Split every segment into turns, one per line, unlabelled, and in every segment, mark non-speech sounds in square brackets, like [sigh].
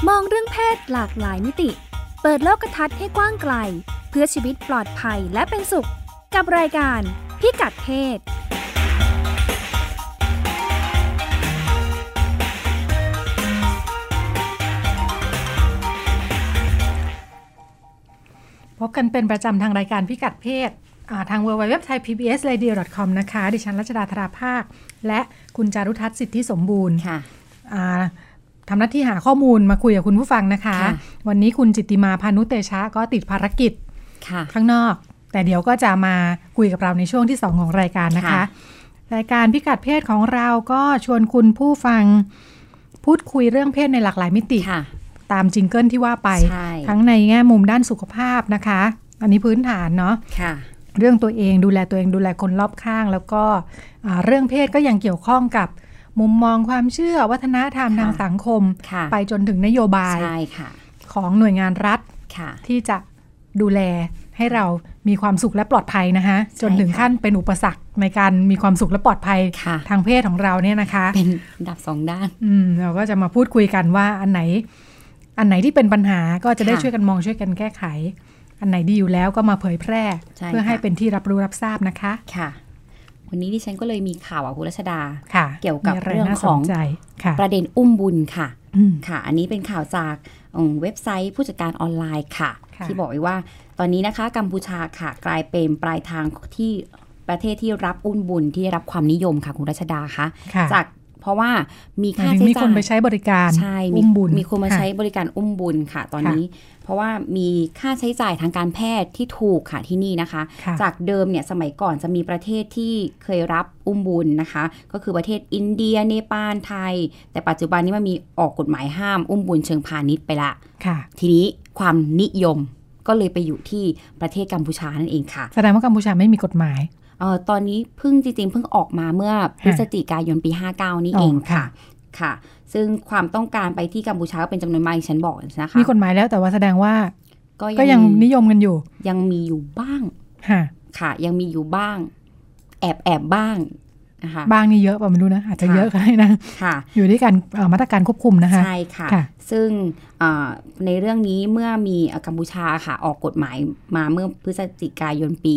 ศหลากหลายมิติ เปิดโลกทัศน์ให้กว้างไกล เพื่อชีวิตปลอดภัยและเป็นสุข กับรายการพิกัดเพศ
พบกันเป็นประจำทางรายการพิกัดเพศอ่าทาง w w w t h a i p b s r a d i o c o m นะคะ ดิฉันรัชดาธราภาค และคุณจารุทัศน์สิทธิสมบูรณ์
ค่ะ
อ่าทำหน้าที่หาข้อมูลมาคุยกับคุณผู้ฟังนะคะ
ค่ะ
วันนี้คุณจิตติมาพานุเตชะก็ติดภารกิจ
ค่ะ
ข้างนอก แต่เดี๋ยวก็จะมาคุยกับเราในช่วงที่ 2 ของรายการนะคะ
ค่ะ
รายการพิกัดเพศของเราก็ชวนคุณผู้ฟังพูดคุยเรื่องเพศในหลากหลายมิติ
ค่ะ
ตามจิงเกิลที่ว่าไป
ใช่
ทั้งในแง่มุมด้านสุขภาพนะคะ อันนี้พื้นฐานเนาะ
ค่ะ
เรื่องตัวเองดูแลตัวเองดูแลคนรอบข้าง แล้วก็อ่าเรื่องเพศก็ยังเกี่ยวข้องกับมุมมองความเชื่อวัฒนธรรม
ค่ะ
ทางสังคม
ค่ะ
ไปจนถึงนโยบาย
ใช่ค่ะ
ของหน่วยงานรัฐ
ค่ะ
ที่จะดูแลให้เรามีความสุขและปลอดภัยนะคะจนถึง
ค่ะ
ขั้นเป็นอุปสรรคในการมีความสุขและปลอดภัย
ค่ะ
ทางเพศของเราเนี่ยนะคะ
เป็นอันดับสองด้าน
อืมเราก็จะมาพูดคุยกันว่าอันไหน อันไหนที่เป็นปัญหาก็จะได้
ค่ะ
ช่วยกันมองช่วยกันแก้ไข อันไหนดีอยู่แล้วก็มาเผยแพร่
ใช่
เพื่อให้
ค่ะ
เป็นที่รับรู้รับทราบนะคะ
ค่ะ วันนี้ดิฉันก็เลยมีข่าวอ่ะคุณรัชดา
ค่ะ
เกี่ยวกับ
มีะไ
เรื่อง
น่าสน
ของ
ใจค่ะ
ประเด็นอุ้มบุญค่ะ
อืม
ค่ะ อันนี้เป็นข่าวจากเอิ่มเว็บไซต์ผู้จัดการออนไลน์ค่ะ
ค่ะ
ที่บอกไว้ว่า ตอนนี้นะคะกัมพูชาค่ะ กลายเป็นปลายทางที่ประเทศที่รับอุ้มบุญที่ได้รับความนิยมค่ะคุณรัชดาคะ
ค่ะ
จากเพราะว่ามี
หมาย
ค่า
ถึง
ใช้
มีค
จ่าน ย
ไปใช้บริการ
ใช่มี
อุ้มบุญ
มีคนมา
ะ
ใช้บริการอุ้มบุญค่ะ ตอน
ค่ะ
นี้ เพราะว่ามีค่าใช้จ่ายทางการแพทย์ที่ถูกค่ะที่นี่นะคะ
ค่ะ
จากเดิมเนี่ยสมัยก่อนจะมีประเทศที่เคยรับอุ้มบุญนะคะ ก็คือประเทศอินเดียเนปาลไทย แต่ปัจจุบันนี้มันมีออกกฎหมายห้ามอุ้มบุญเชิงพาณิชย์ไปละ
ค่ะ
ทีนี้ความนิยมก็เลยไปอยู่ที่ประเทศกัมพูชานั่นเองค่ะ
แสดงว่ากัมพูชาไม่มีกฎหมาย
เออตอนนี้เพิ่งจริงๆเพิ่งออกมาเมื่อพฤศจิกายนปี 59 นี่เอง
อ๋อค่ะ
ค่ะค่ะ ซึ่งความต้องการไปที่กัมพูชาก็เป็นจำนวนมากอย่างฉันบอกนะคะ
มีกฎหมายแล้วแต่ว่าแสดงว่าก็ยังนิยมกันอยู่
ยังมีอยู่บ้าง
ค่ะ
ค่ะ ยังมีอยู่บ้าง แอบแอบบ้างนะคะ
บางนี่เยอะป่ะไม่รู้นะอาจจะ
ค่ะ
เยอะก็ได้นะ
ค่ะ
อยู่ที่การเอ่อมาตรการควบคุมนะคะ
ใช่ค่ะ
ค่ะ
ซึ่งเอ่อในเรื่องนี้เมื่อมีกัมพูชาค่ะ ออกกฎหมายมาเมื่อพฤศจิกายนปี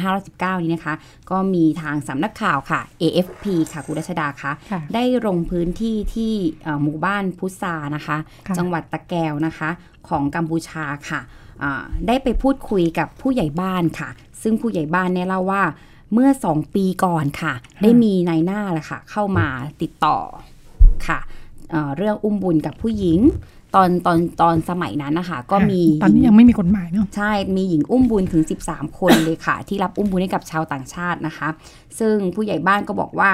2519 นี้นะคะ ก็มีทางสำนักข่าวค่ะ AFP ค่ะคุณรัชดาคะ
ค่ะ
ได้ลงพื้นที่ที่เอ่อหมู่บ้านพุทธานะคะ
ค่ะ
จังหวัดตะแกวนะคะ ของกัมพูชาค่ะอ่าได้ไปพูดคุยกับผู้ใหญ่บ้านค่ะ ซึ่งผู้ใหญ่บ้านเนี่ยเล่าว่าเมื่อ 2 ปีก่อนค่ะ ได้มีนายหน้าแหละค่ะ เข้ามาติดต่อค่ะ เอ่อเรื่องอุ้มบุญกับผู้หญิง ตอนตอนตอนสมัยนั้นนะคะก็
ค่ะ
มี
ตอนนี้ยังไม่มีกฎหมายเนาะ
ใช่มีหญิงอุ้มบุญถึง 13 คนเลยค่ะ ที่รับอุ้มบุญให้กับชาวต่างชาตินะคะ ซึ่งผู้ใหญ่บ้านก็บอกว่า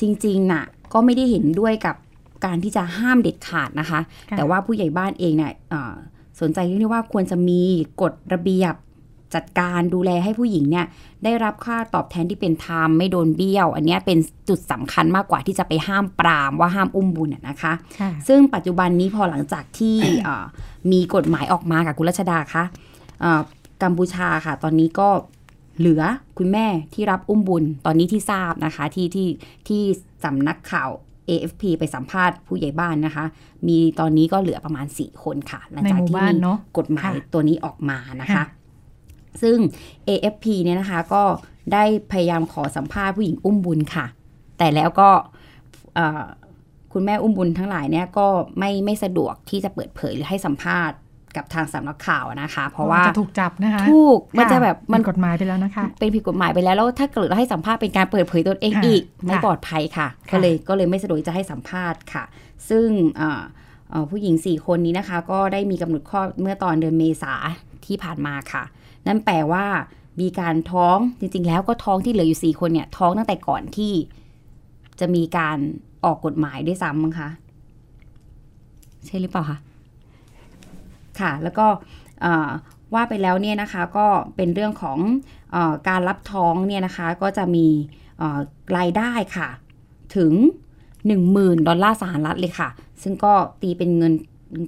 จริงๆน่ะก็ไม่ได้เห็นด้วยกับการที่จะห้ามเด็ดขาดนะคะ
ค่ะ
แต่ว่าผู้ใหญ่บ้านเองเนี่ยเอ่อสนใจเรื่องที่ว่าควรจะมีกฎระเบียบจัดการดูแลให้ผู้หญิงเนี่ยได้รับค่าตอบแทนที่เป็นธรรมไม่โดนเบี้ยว อันเนี้ยเป็นจุดสำคัญมากกว่าที่จะไปห้ามปรามว่าห้ามอุ้มบุญอะนะคะ
ค่ะ
ซึ่งปัจจุบันนี้พอหลังจาก
[coughs]
ที่ เอ่อมีกฎหมายออกมากับคุณรัชดาคะเอ่อกัมพูชาค่ะ ตอนนี้ก็เหลือคุณแม่ที่รับอุ้มบุญตอนนี้ที่ทราบนะคะ ที่ที่ที่สำนักข่าว AFP ไปสัมภาษณ์ผู้ใหญ่บ้านนะคะ มีตอนนี้ก็เหลือประมาณ 4 คนค่ะ หลังจาก
ในหมู่
ที่
บ้าน
มี
เนอะ
กฎหมาย
ค่ะ
ตัวนี้ออกมานะคะ
ค่ะ
ซึ่ง AFP เนี่ยนะคะก็ได้พยายามขอสัมภาษณ์ผู้หญิงอุ้มบุญค่ะ แต่แล้วก็เอ่อคุณแม่อุ้มบุญทั้งหลายเนี่ยก็ไม่ไม่สะดวกที่จะเปิดเผยหรือให้สัมภาษณ์กับทางสำนักข่าวนะคะ เพราะว่า
จะถูกจับนะคะ
ถูกมันจะแบบ
มั
มัน น
กฎหมายไปแล้วนะคะ
เป็นผิดกฎหมายไปแล้วแล้วถ้าเกิดเราให้สัมภาษณ์เป็นการเปิดเผยตนเอง
ค่ะ
อีก ไม่
ค่ะ
ปลอดภัยค่ะ ก็
ค่ะ
เลยก็เลยไม่สะดวกจะให้สัมภาษณ์ค่ะ ซึ่งเอ่อเอ่อผู้หญิง 4 คนนี้นะคะ ก็ได้มีกำหนดข้อเมื่อตอนเดือนเมษาที่ผ่านมาค่ะ นั่นแปลว่ามีการท้องจริง ๆ แล้วก็ท้องที่เหลืออยู่ 4 คนเนี่ย ท้องตั้งแต่ก่อนที่จะมีการออกกฎหมายด้วยซ้ำมั้งคะใช่หรือเปล่าคะค่ะ แล้วก็เอ่อว่าไปแล้วเนี่ยนะคะ ก็เป็นเรื่องของเออการรับท้องเนี่ยนะคะ ก็จะมีเอ่อรายได้ค่ะ ถึง 10,000 ดอลลาร์สหรัฐเลยค่ะ ซึ่งก็ตีเป็นเงิน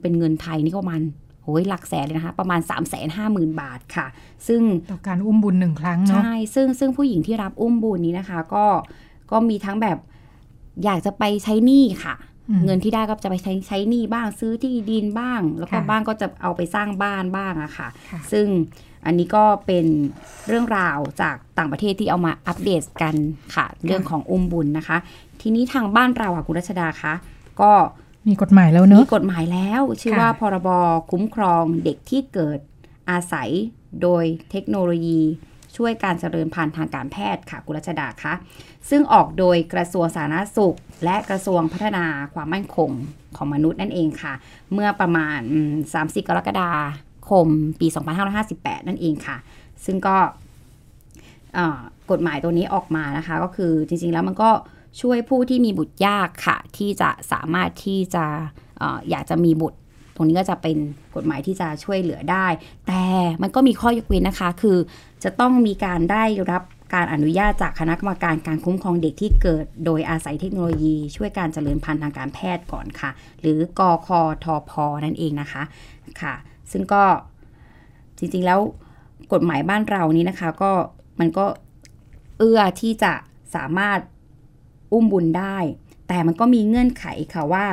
เป็นเงินไทยนี่ก็ประมาณโอ้ยหลักแสนเลยนะคะ ประมาณ 3 5 0 0 0 0 บาทค่ะ ซึ่ง
ต่อการอุ้มบุญหนึ่งครั้งเนาะ
ใช่ ซึ่งซึ่งผู้หญิงที่รับอุ้มบุญนี้นะคะ ก็ก็มีทั้งแบบอยากจะไปใช้หนี้ค่ะ
อืม
เงินที่ได้ก็จะไปใช้ใช้หนี้บ้างซื้อที่ดินบ้าง แล้วก็
ค่ะ
บ้างก็จะเอาไปสร้างบ้านบ้างอะค่ะ
ค่ะ
ซึ่งอันนี้ก็เป็นเรื่องราวจากต่างประเทศที่เอามาอัปเดตกันค่ะ เรื่องของอมบุญนะคะ ทีนี้ทางบ้านเราอะคุณรัชดาคะก็
มีกฎหมายแล้วเน
มี
อะ
กฎหมายแล้ว ชื่อว่า
ค่ะ
พรบคุ้มครองเด็กที่เกิดอาศัยโดยเทคโนโลยี ช่วยการเจริญพันธุ์ทางการแพทย์ค่ะคุณรัชดาคะซึ่งออกโดยกระทรวงสาธารณสุข และกระทรวงพัฒนาความมั่นคงของมนุษย์นั่นเองค่ะ เมื่อประมาณอืม30 กรกฎาคม ปี 2558 นั่นเองค่ะ ซึ่งก็เอ่อกฎหมายตัวนี้ออกมานะคะ ก็คือจริงๆแล้วมันก็ช่วยผู้ที่มีบุตรยากค่ะ ที่จะสามารถที่จะเอออยากจะมีบุตร ตรงนี้ก็จะเป็นกฎหมายที่จะช่วยเหลือได้ แต่มันก็มีข้อยกเว้นนะคะ คือจะต้องมีการได้รับการอนุญาตจากคณะกรรมการการคุ้มครองเด็กที่เกิด โดยอาศัยเทคโนโลยีช่วยการเจริญพันธุ์ทางการแพทย์ก่อนค่ะ หรือกคทพนั่นเองนะคะค่ะ ซึ่งก็จริงๆแล้วกฎหมายบ้านเรานี้นะคะ ก็มันก็เอื้อที่จะสามารถอุ้มบุญได้ แต่มันก็มีเงื่อนไขค่ะว่า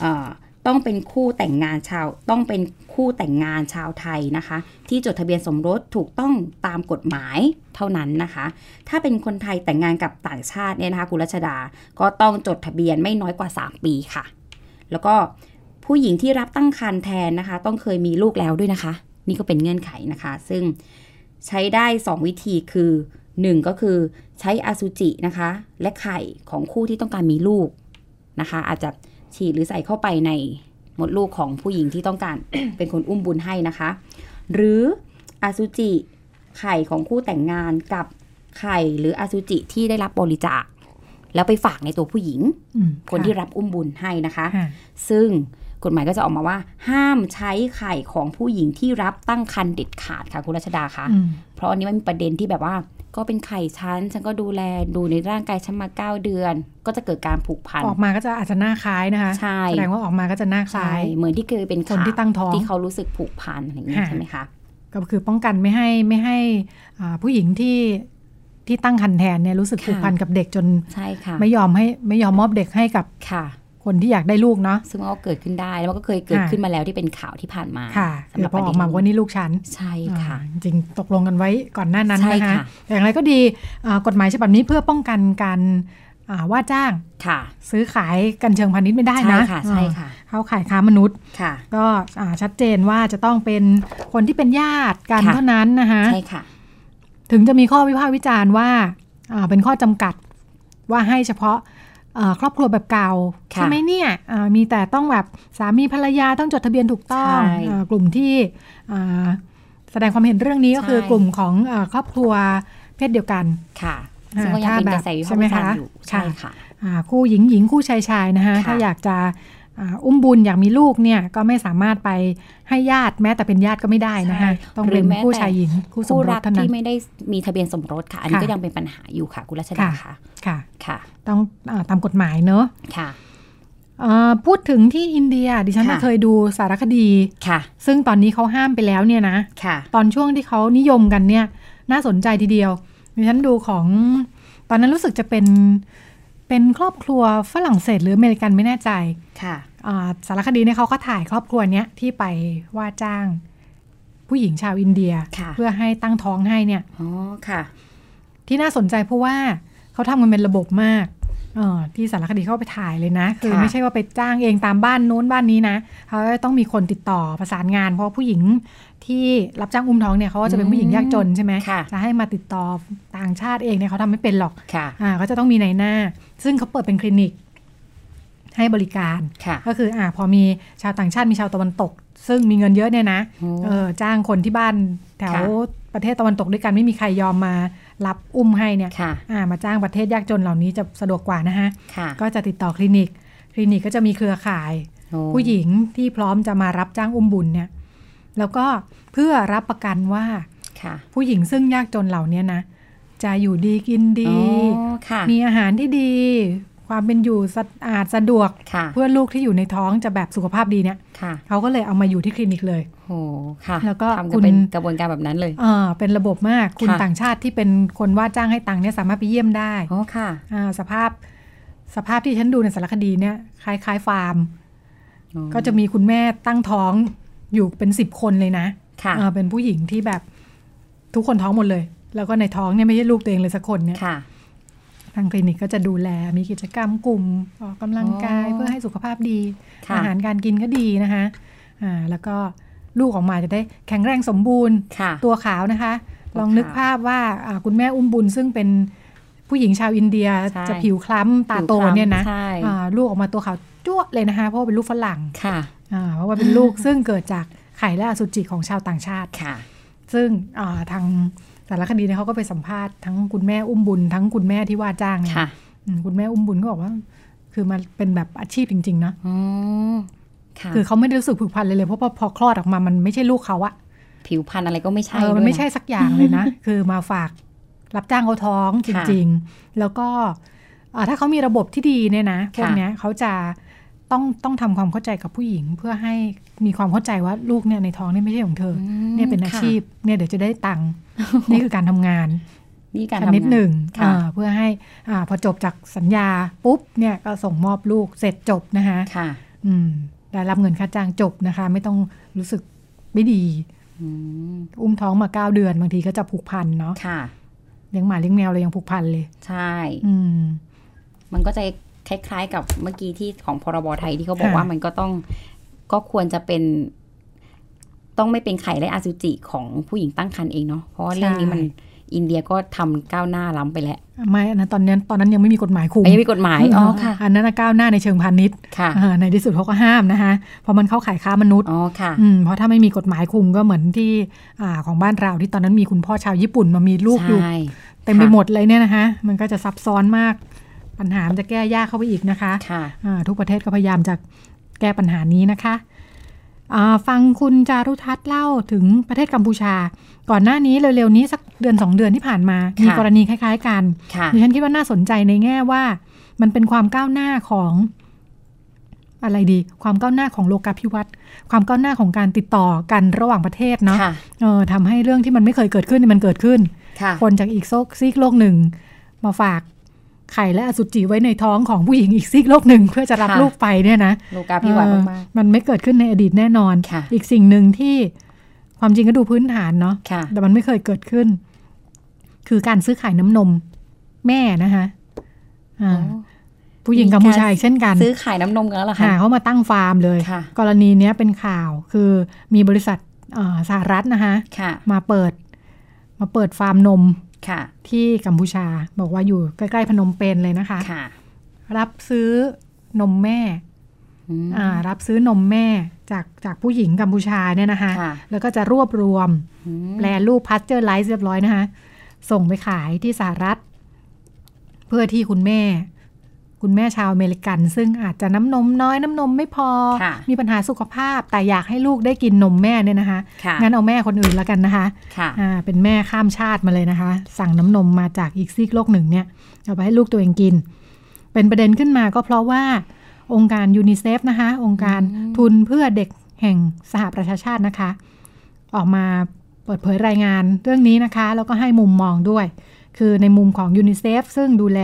เอ่อต้องเป็นคู่แต่งงานชาว ต้องเป็นคู่แต่งงานชาวไทยนะคะ ที่จดทะเบียนสมรสถูกต้องตามกฎหมายเท่านั้นนะคะ ถ้าเป็นคนไทยแต่งงานกับต่างชาติเนี่ยนะคะคุณรัชดาก็ต้องจดทะเบียนไม่น้อยกว่า 3 ปีค่ะ แล้วก็ผู้หญิงที่รับตั้งครรภ์แทนนะคะ ต้องเคยมีลูกแล้วด้วยนะคะ นี่ก็เป็นเงื่อนไขนะคะ ซึ่งใช้ได้ 2 วิธีคือ 1 ก็คือใช้อสุจินะคะ และไข่ของคู่ที่ต้องการมีลูกนะคะ อาจจะฉีดหรือใส่เข้าไปในมดลูกของผู้หญิงที่ต้องการ [coughs] เป็นคนอุ้มบุญให้นะคะ หรืออสุจิไข่ของคู่แต่งงานกับไข่หรืออสุจิที่ได้รับบริจาค แล้วไปฝากในตัวผู้หญิง
อืม
คนที่รับอุ้มบุญให้นะคะ
ค่ะ
ซึ่งกฎหมายก็จะออกมาว่า ห้ามใช้ไข่ของผู้หญิงที่รับตั้งครรภ์เด็ดขาดค่ะคุณรัชดาคะ
อืม
เพราะอันนี้มันมีประเด็นที่แบบว่า ก็เป็นไข่ฉันฉันก็ดูแลดูในร่างกายฉันมาเก้า9 เดือน ก็จะเกิดการผูกพัน
ออกมาก็จะอาจจะหน้าคล้ายนะคะ
ใช่
แสดงว่าออกมาก็จะหน้าค
ใช่
ล้าย
เหมือนที่เคยเป็น
คน
ข่าว
ที่ตั้งท้อง
ที่เขารู้สึกผูกพันอะไรอย่างนี้ยใช่ไหมคะ
ก็คือป้องกันไม่ให้ไม่ให้อ่าผู้หญิงที่ที่ตั้งครรภ์แทนเนี่ยรู้สึก
ค่ะ
ผูกพันกับเด็กจน
ใช่ค่ะ
ไม่ยอมให้ไม่ยอมมอบเด็กให้กับ
ค่ะ
คนที่อยากได้ลูกเนาะ
ซึ่งมันก็เกิดขึ้นได้แล้วมันก็เคยเกิด
ค่ะ
ขึ้นมาแล้วที่เป็นข่าวที่ผ่านมา
ค่ะ
สำห
คื
รั
อบ พ
ป
ออ
ระเด็
อน กมาว่านี่ลูกฉัน
ใช่
อ่า
ค่ะ
จริงๆตกลงกันไว้ก่อนหน้านั้น
ใช่
นะคะ
ค่ะ
แต่อย่างไรก็ดีอ่ากฎหมายฉบับนี้เพื่อป้องกันการอ่าว่าจ้าง
ค่ะ
ซื้อขายกันเชิงพาณิชย์ไม่ได้
ใช่
นะ
ค่ะใช่
อ่า
ค่ะ
เข้าขายค้ามนุษย์
ค่ะ
ก็อ่าชัดเจนว่าจะต้องเป็นคนที่เป็นญาติกัน
ค่ะ
เท่านั้นนะคะ
ใช่ค่ะ
ถึงจะมีข้อวิพากษ์วิจารณ์ว่าอ่าเป็นข้อจำกัดว่าให้เฉพาะเอ่อครอบครัวแบบเก่า
ค่ะ
ใช่ไหมเนี่ยอ่ามีแต่ต้องแบบสามีภรรยาต้องจดทะเบียนถูกต้อง
ใช่
อ่ากลุ่มที่อ่าแสดงความเห็นเรื่องนี้ก็
ใช่
คือกลุ่มของเอ่อครอบครัวเพศเดียวกัน
ค่ะ
อ่า
ซึ่งก็ยัง
ถ้า
เป็น
แบบ
กระแสวิพากษ์วิ
ใช่ไหม
จารณ์
คะ
อยู่ใช่
ค่ะ
ค่ะ
อ่าคู่หญิงหญิงคู่ชายชายนะคะ
ค่ะ
ถ้าอยากจะอ่าอุ้มบุญอยากมีลูกเนี่ยก็ไม่สามารถไปให้ญาติแม้แต่เป็นญาติก็ไม่ได้นะคะต้องเป็นคู่ชายหญิงคู่สม
คู่
ร
รั
ส
ก
เท่านั้
ที่
น
ไม่ได้มีทะเบียนสมรสค่ะ อันนี้
ค่ะ
ก็ยังเป็นปัญหาอยู่ค่ะ คุณรัชดา
ค่ะ
ค่ะ
ค่ะ
ค่ะ
ต้องอาตามกฎหมายเนอะ
ค่ะ
เอ่อพูดถึงที่อินเดียดิฉัน
ค่ะ
น่ะเคยดูสารคดี
ค่ะ
ซึ่งตอนนี้เขาห้ามไปแล้วเนี่ยนะ
ค่ะ
ตอนช่วงที่เขานิยมกันเนี่ยน่าสนใจทีเดียวดิฉันดูของตอนนั้นรู้สึกจะเป็นเป็นครอบครัวฝรั่งเศสหรืออเมริกันไม่แน่ใจ
ค่ะ
อ่าสารคดีเนี่ยเขาก็ถ่ายครอบครัวเนี้ยที่ไปว่าจ้าง ผู้หญิงชาวอินเดีย
ค่ะ
เพื่อให้ตั้งท้องให้เนี่ย
อ๋อค่ะ
ที่น่าสนใจเพราะว่าเขาทำกันเป็นระบบมากเออที่สารคดีเข้าไปถ่ายเลยนะ คือ
ค่ะ
ไม่ใช่ว่าไปจ้างเองตามบ้านโน้นบ้านนี้นะเขาจะต้องมีคนติดต่อประสานงาน เพราะผู้หญิงที่รับจ้างอุ้มท้องเนี่ยเขาก็จะเป็นผู้หญิงยากจนใช่ไหม
ค่ะ
จะให้มาติดต่อต่างชาติเองเนี่ยเขาทำไม่เป็นหรอก
ค่ะ
อ่าเขาจะต้องมีนายหน้า ซึ่งเขาเปิดเป็นคลินิก ให้บริการ
ค่ะ
ก็คืออ่าพอมีชาวต่างชาติมีชาวตะวันตก ซึ่งมีเงินเยอะเนี่ยนะ
โอ้
เออจ้างคนที่บ้านแถว
ค่ะ
ประเทศตะวันตกด้วยกันไม่มีใครยอมมารับอุ้มให้เนี่ย
ค่ะ
อ่ามาจ้างประเทศยากจนเหล่านี้จะสะดวกกว่านะฮะ
ค่ะ
ก็จะติดต่อคลินิก คลินิกก็จะมีเครือข่าย
โอ้
ผู้หญิงที่พร้อมจะมารับจ้างอุ้มบุญเนี่ยแล้วก็เพื่อรับประกันว่า
ค่ะ
ผู้หญิงซึ่งยากจนเหล่านี้นะ จะอยู่ดีกินดี
อ๋อค่ะ
มีอาหารที่ดี ความเป็นอยู่สะอาดสะดวก
ค่ะ
เพื่อลูกที่อยู่ในท้องจะแบบสุขภาพดีเนี่ย
ค่ะ
เขาก็เลยเอามาอยู่ที่คลินิกเลย
โอ้ค่ะ
แล้วก็
ทำ
คุ
กัน
ณ
เป็นกระบวนการแบบนั้นเลย
เออเป็นระบบมากคุณ
ค่ะ
ต่างชาติที่เป็นคนว่าจ้างให้ตังค์เนี่ยสามารถไปเยี่ยมได้
อ๋อค่ะ
อ่าสภาพ สภาพที่ฉันดูในสารคดีเนี่ยคล้ายๆฟาร์ม ก็จะมีคุณแม่ตั้งท้องอยู่เป็นสิบคนเลยนะ
ค่ะ
เออเป็นผู้หญิงที่แบบทุกคนท้องหมดเลย แล้วก็ในท้องเนี่ยไม่ใช่ลูกตัวเองเลยสักคนเนี่ย
ค่ะ
ทางคลินิกก็จะดูแลมีกิจกรรมกลุ่มออกกำลังกาย
อ๋อ
เพื่อให้สุขภาพดี
ค่ะ
อาหารการกินก็ดีนะคะอ่าแล้วก็ลูกออกมาจะได้แข็งแรงสมบูรณ์
ค่ะ
ตัวขาวนะคะ
ตั
ล
วขาว
องนึกภาพว่าอ่าคุณแม่อุ้มบุญซึ่งเป็นผู้หญิงชาวอินเดีย
ใช่
จะผิวคล้ำตาโต
ผิวคล้ำ
เนี่ยนะ
ใช่
อ่าลูกออกมาตัวขาวจ้วะเลยนะคะเพราะว่าเป็นลูกฝรั่ง
ค่ะ
อ่าเพราะว่าเป็นลูกซึ่งเกิดจากไข่และอสุจิของชาวต่างชาติ
ค่ะ
ซึ่งอ่าทางสารคดีเนี่ยเขาก็ไปสัมภาษณ์ทั้งคุณแม่อุ้มบุญทั้งคุณแม่ที่ว่าจ้างเนี่ย
ค่ะ
อืมคุณแม่อุ้มบุญก็บอกว่า คือมันเป็นแบบอาชีพจริง ๆ เนาะ
อ๋อค่ะ
คือเขาไม่ได้รู้สึกผูกพันเลยเลยเพราะว่าพอคลอดออกมามันไม่ใช่ลูกเขาอะ
ผิวพรรณอะไรก็ไม่ใช่
เออมัน
ด้วยะ
ไม่ใช่สักอย่างเลยนะ
[laughs]
คือมาฝากรับจ้างเขาท้องจ
ค่ะ
ริง ๆ แล้วก็เอ่อถ้าเขามีระบบที่ดีเนี่ยนะพ
ค่ะ
วกเนี้ยเขาจะต้องต้องทำความเข้าใจกับผู้หญิง เพื่อให้มีความเข้าใจว่าลูกเนี่ยในท้องเนี่ยไม่ใช่ของเธออ
อืม
เนี่ยเป็นอา
ค่ะ
ชีพเนี่ยเดี๋ยวจะได้ตัง
[laughs]
ค์นี่คือการทำงาน
นี่การ
ช
ทำงา
นิดหนึ่ง
ค่ะ
อ่าเพื่อให้อาพอจบจากสัญญาปุ๊บเนี่ยก็ส่งมอบลูกเสร็จจบนะคะ
ค่ะ
อืมได้รับเงินค่าจ้างจบนะคะ ไม่ต้องรู้สึกไม่ดี
อืม
อุ้มท้องมาเก้าเดือนบางทีก็จะผูกพันเนาะ
ค่ะ
เลี้ยงหมาเลี้ยงแมวเลยยังผูกพันเลย
ใช่
อืม
มันก็จะคล้าย ๆ กับเมื่อกี้ที่ของพรบไทยที่เขาบอก
ค่ะ
ว่ามันก็ต้องก็ควรจะเป็น ต้องไม่เป็นไข่และอสุจิของผู้หญิงตั้งครรภ์เองเนาะเพราะว่าเรื่องนี้มันอินเดียก็ทำก้าวหน้าล้ำไปแล้ว
ไม่อันนั้นตอนนั้นตอนนั้นยังไม่มีกฎหมายคุม
อันนี้มีกฎหมายอ๋อค่ะ
อันนั้นน่ะก้าวหน้าในเชิงพาณิชย์
ค่ะ
อ่าในที่สุดเขาก็ห้ามนะคะเพราะมันเข้าข่ายค้ามนุษย์
อ๋อค่ะ
อืมเพราะถ้าไม่มีกฎหมายคุมก็เหมือนที่อ่าของบ้านเราที่ตอนนั้นมีคุณพ่อชาวญี่ปุ่นมามีลูกอยู่
ใช่
เต็มไป
ค่ะ
หมดเลยเนี่ยนะคะ มันก็จะซับซ้อนมาก ปัญหามันจะแก้ยากเข้าไปอีกนะคะ
ค่ะ
อ่าทุกประเทศก็พยายามจะแก้ปัญหานี้นะคะอ่าฟังคุณจารุทัศน์เล่าถึงประเทศกัมพูชา ก่อนหน้านี้เร็วๆนี้สักเดือนสองเดือนที่ผ่านมา
ค่ะ
มีกรณีคล้ายๆกัน
ค่ะ
ดิฉันคิดว่าน่าสนใจในแง่ว่า มันเป็นความก้าวหน้าของอะไรดี ความก้าวหน้าของโลกาภิวัตน์ความก้าวหน้าของการติดต่อกันระหว่างประเทศเนาะ
ค่ะ
เออทำให้เรื่องที่มันไม่เคยเกิดขึ้นเนี่ยมันเกิดขึ้น
ค่ะ
คนจากอีกโซกซีกโลกหนึ่ง มาฝากไข่และอสุจิไว้ในท้องของผู้หญิงอีกซีกโลกหนึ่ง เพื่อจะรับ
ค่ะ
ลูกไปเนี่ยนะ
โลกาภิวัตน์
เออ
มาก
มันไม่เกิดขึ้นในอดีตแน่นอน
ค่ะ
อีกสิ่งหนึ่งที่ความจริงก็ดูพื้นฐานเนาะ
ค่ะ
แต่มันไม่เคยเกิดขึ้น คือการซื้อขายน้ำนม แม่นะคะ
ๆ
อ่า
อ๋อ
ผู้หญิง
มี
กัมพูชา
การ
อีกเช่นกัน
ซื้อขายน้ำนมกันแล้วเหรอ
หา
คะ
เขามาตั้งฟาร์มเลย
ค่ะ
กรณีเนี้ยเป็นข่าวคือมีบริษัทเอ่อสหรัฐนะคะ
ค่ะ
มาเปิด มาเปิดฟาร์มนม
ค่ะ
ที่กัมพูชาบอกว่าอยู่ใกล้ๆพนมเปญเลยนะคะ
ค่ะ
รับซื้อนมแม่
อืม
อ่ารับซื้อนมแม่จากจากผู้หญิงกัมพูชาเนี่ยนะคะ
ค่ะ
แล้วก็จะรวบรวม
อืม
แปรรูปพัสเจอร์ไลซ์เรียบร้อยนะคะ ส่งไปขายที่สหรัฐ เพื่อที่คุณแม่ คุณแม่ชาวอเมริกัน ซึ่งอาจจะน้ำนมน้อยน้ำนมไม่พอ
ค่ะ
มีปัญหาสุขภาพแต่อยากให้ลูกได้กินนมแม่เนี่ยนะคะ
ค่ะ
งั้นเอาแม่คนอื่นแล้วกันนะคะ
ค่ะ
อ่าเป็นแม่ข้ามชาติมาเลยนะคะ สั่งน้ำนมมาจากอีกซีกโลกหนึ่งเนี่ย เอาไปให้ลูกตัวเองกิน เป็นประเด็นขึ้นมาก็เพราะว่า องค์การยูนิเซฟนะคะ องค์การ
อืม
ทุนเพื่อเด็กแห่งสหประชาชาตินะคะ ออกมาเปิดเผยรายงานเรื่องนี้นะคะ แล้วก็ให้มุมมองด้วย คือในมุมของยูนิเซฟซึ่งดูแล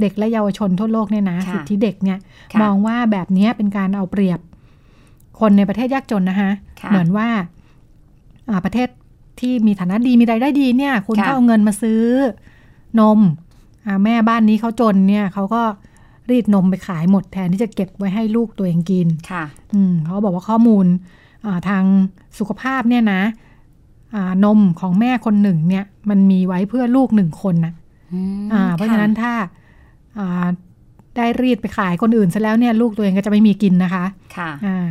เด็กและเยาวชนทั่วโลกเนี่ยนะ
ค่ะ
สิทธิเด็กเนี่ย
ค่ะ
มองว่าแบบเนี้ยเป็นการเอาเปรียบคนในประเทศยากจนนะคะ
ค่ะ
เหมือนว่าอ่าประเทศที่มีฐานะดีมีรายได้ดีเนี่ย คุณ
ค่ะ
ก็เอาเงินมาซื้อนมอ่าแม่บ้านนี้เขาจนเนี่ยเขาก็รีดนมไปขายหมดแทนที่จะเก็บไว้ให้ลูกตัวเองกิน
ค่ะ
อืมเขาบอกว่าข้อมูลอ่าทางสุขภาพเนี่ยนะอ่านมของแม่คนหนึ่งเนี่ย มันมีไว้เพื่อลูกหนึ่งคนนะ
อืม
อ่า เพราะ
ค่
ฉะนั้นถ้าอ่าได้รีดไปขายคนอื่นซะแล้วเนี่ยลูกตัวเองก็จะไม่มีกินนะคะ
ค่ะ
อ่า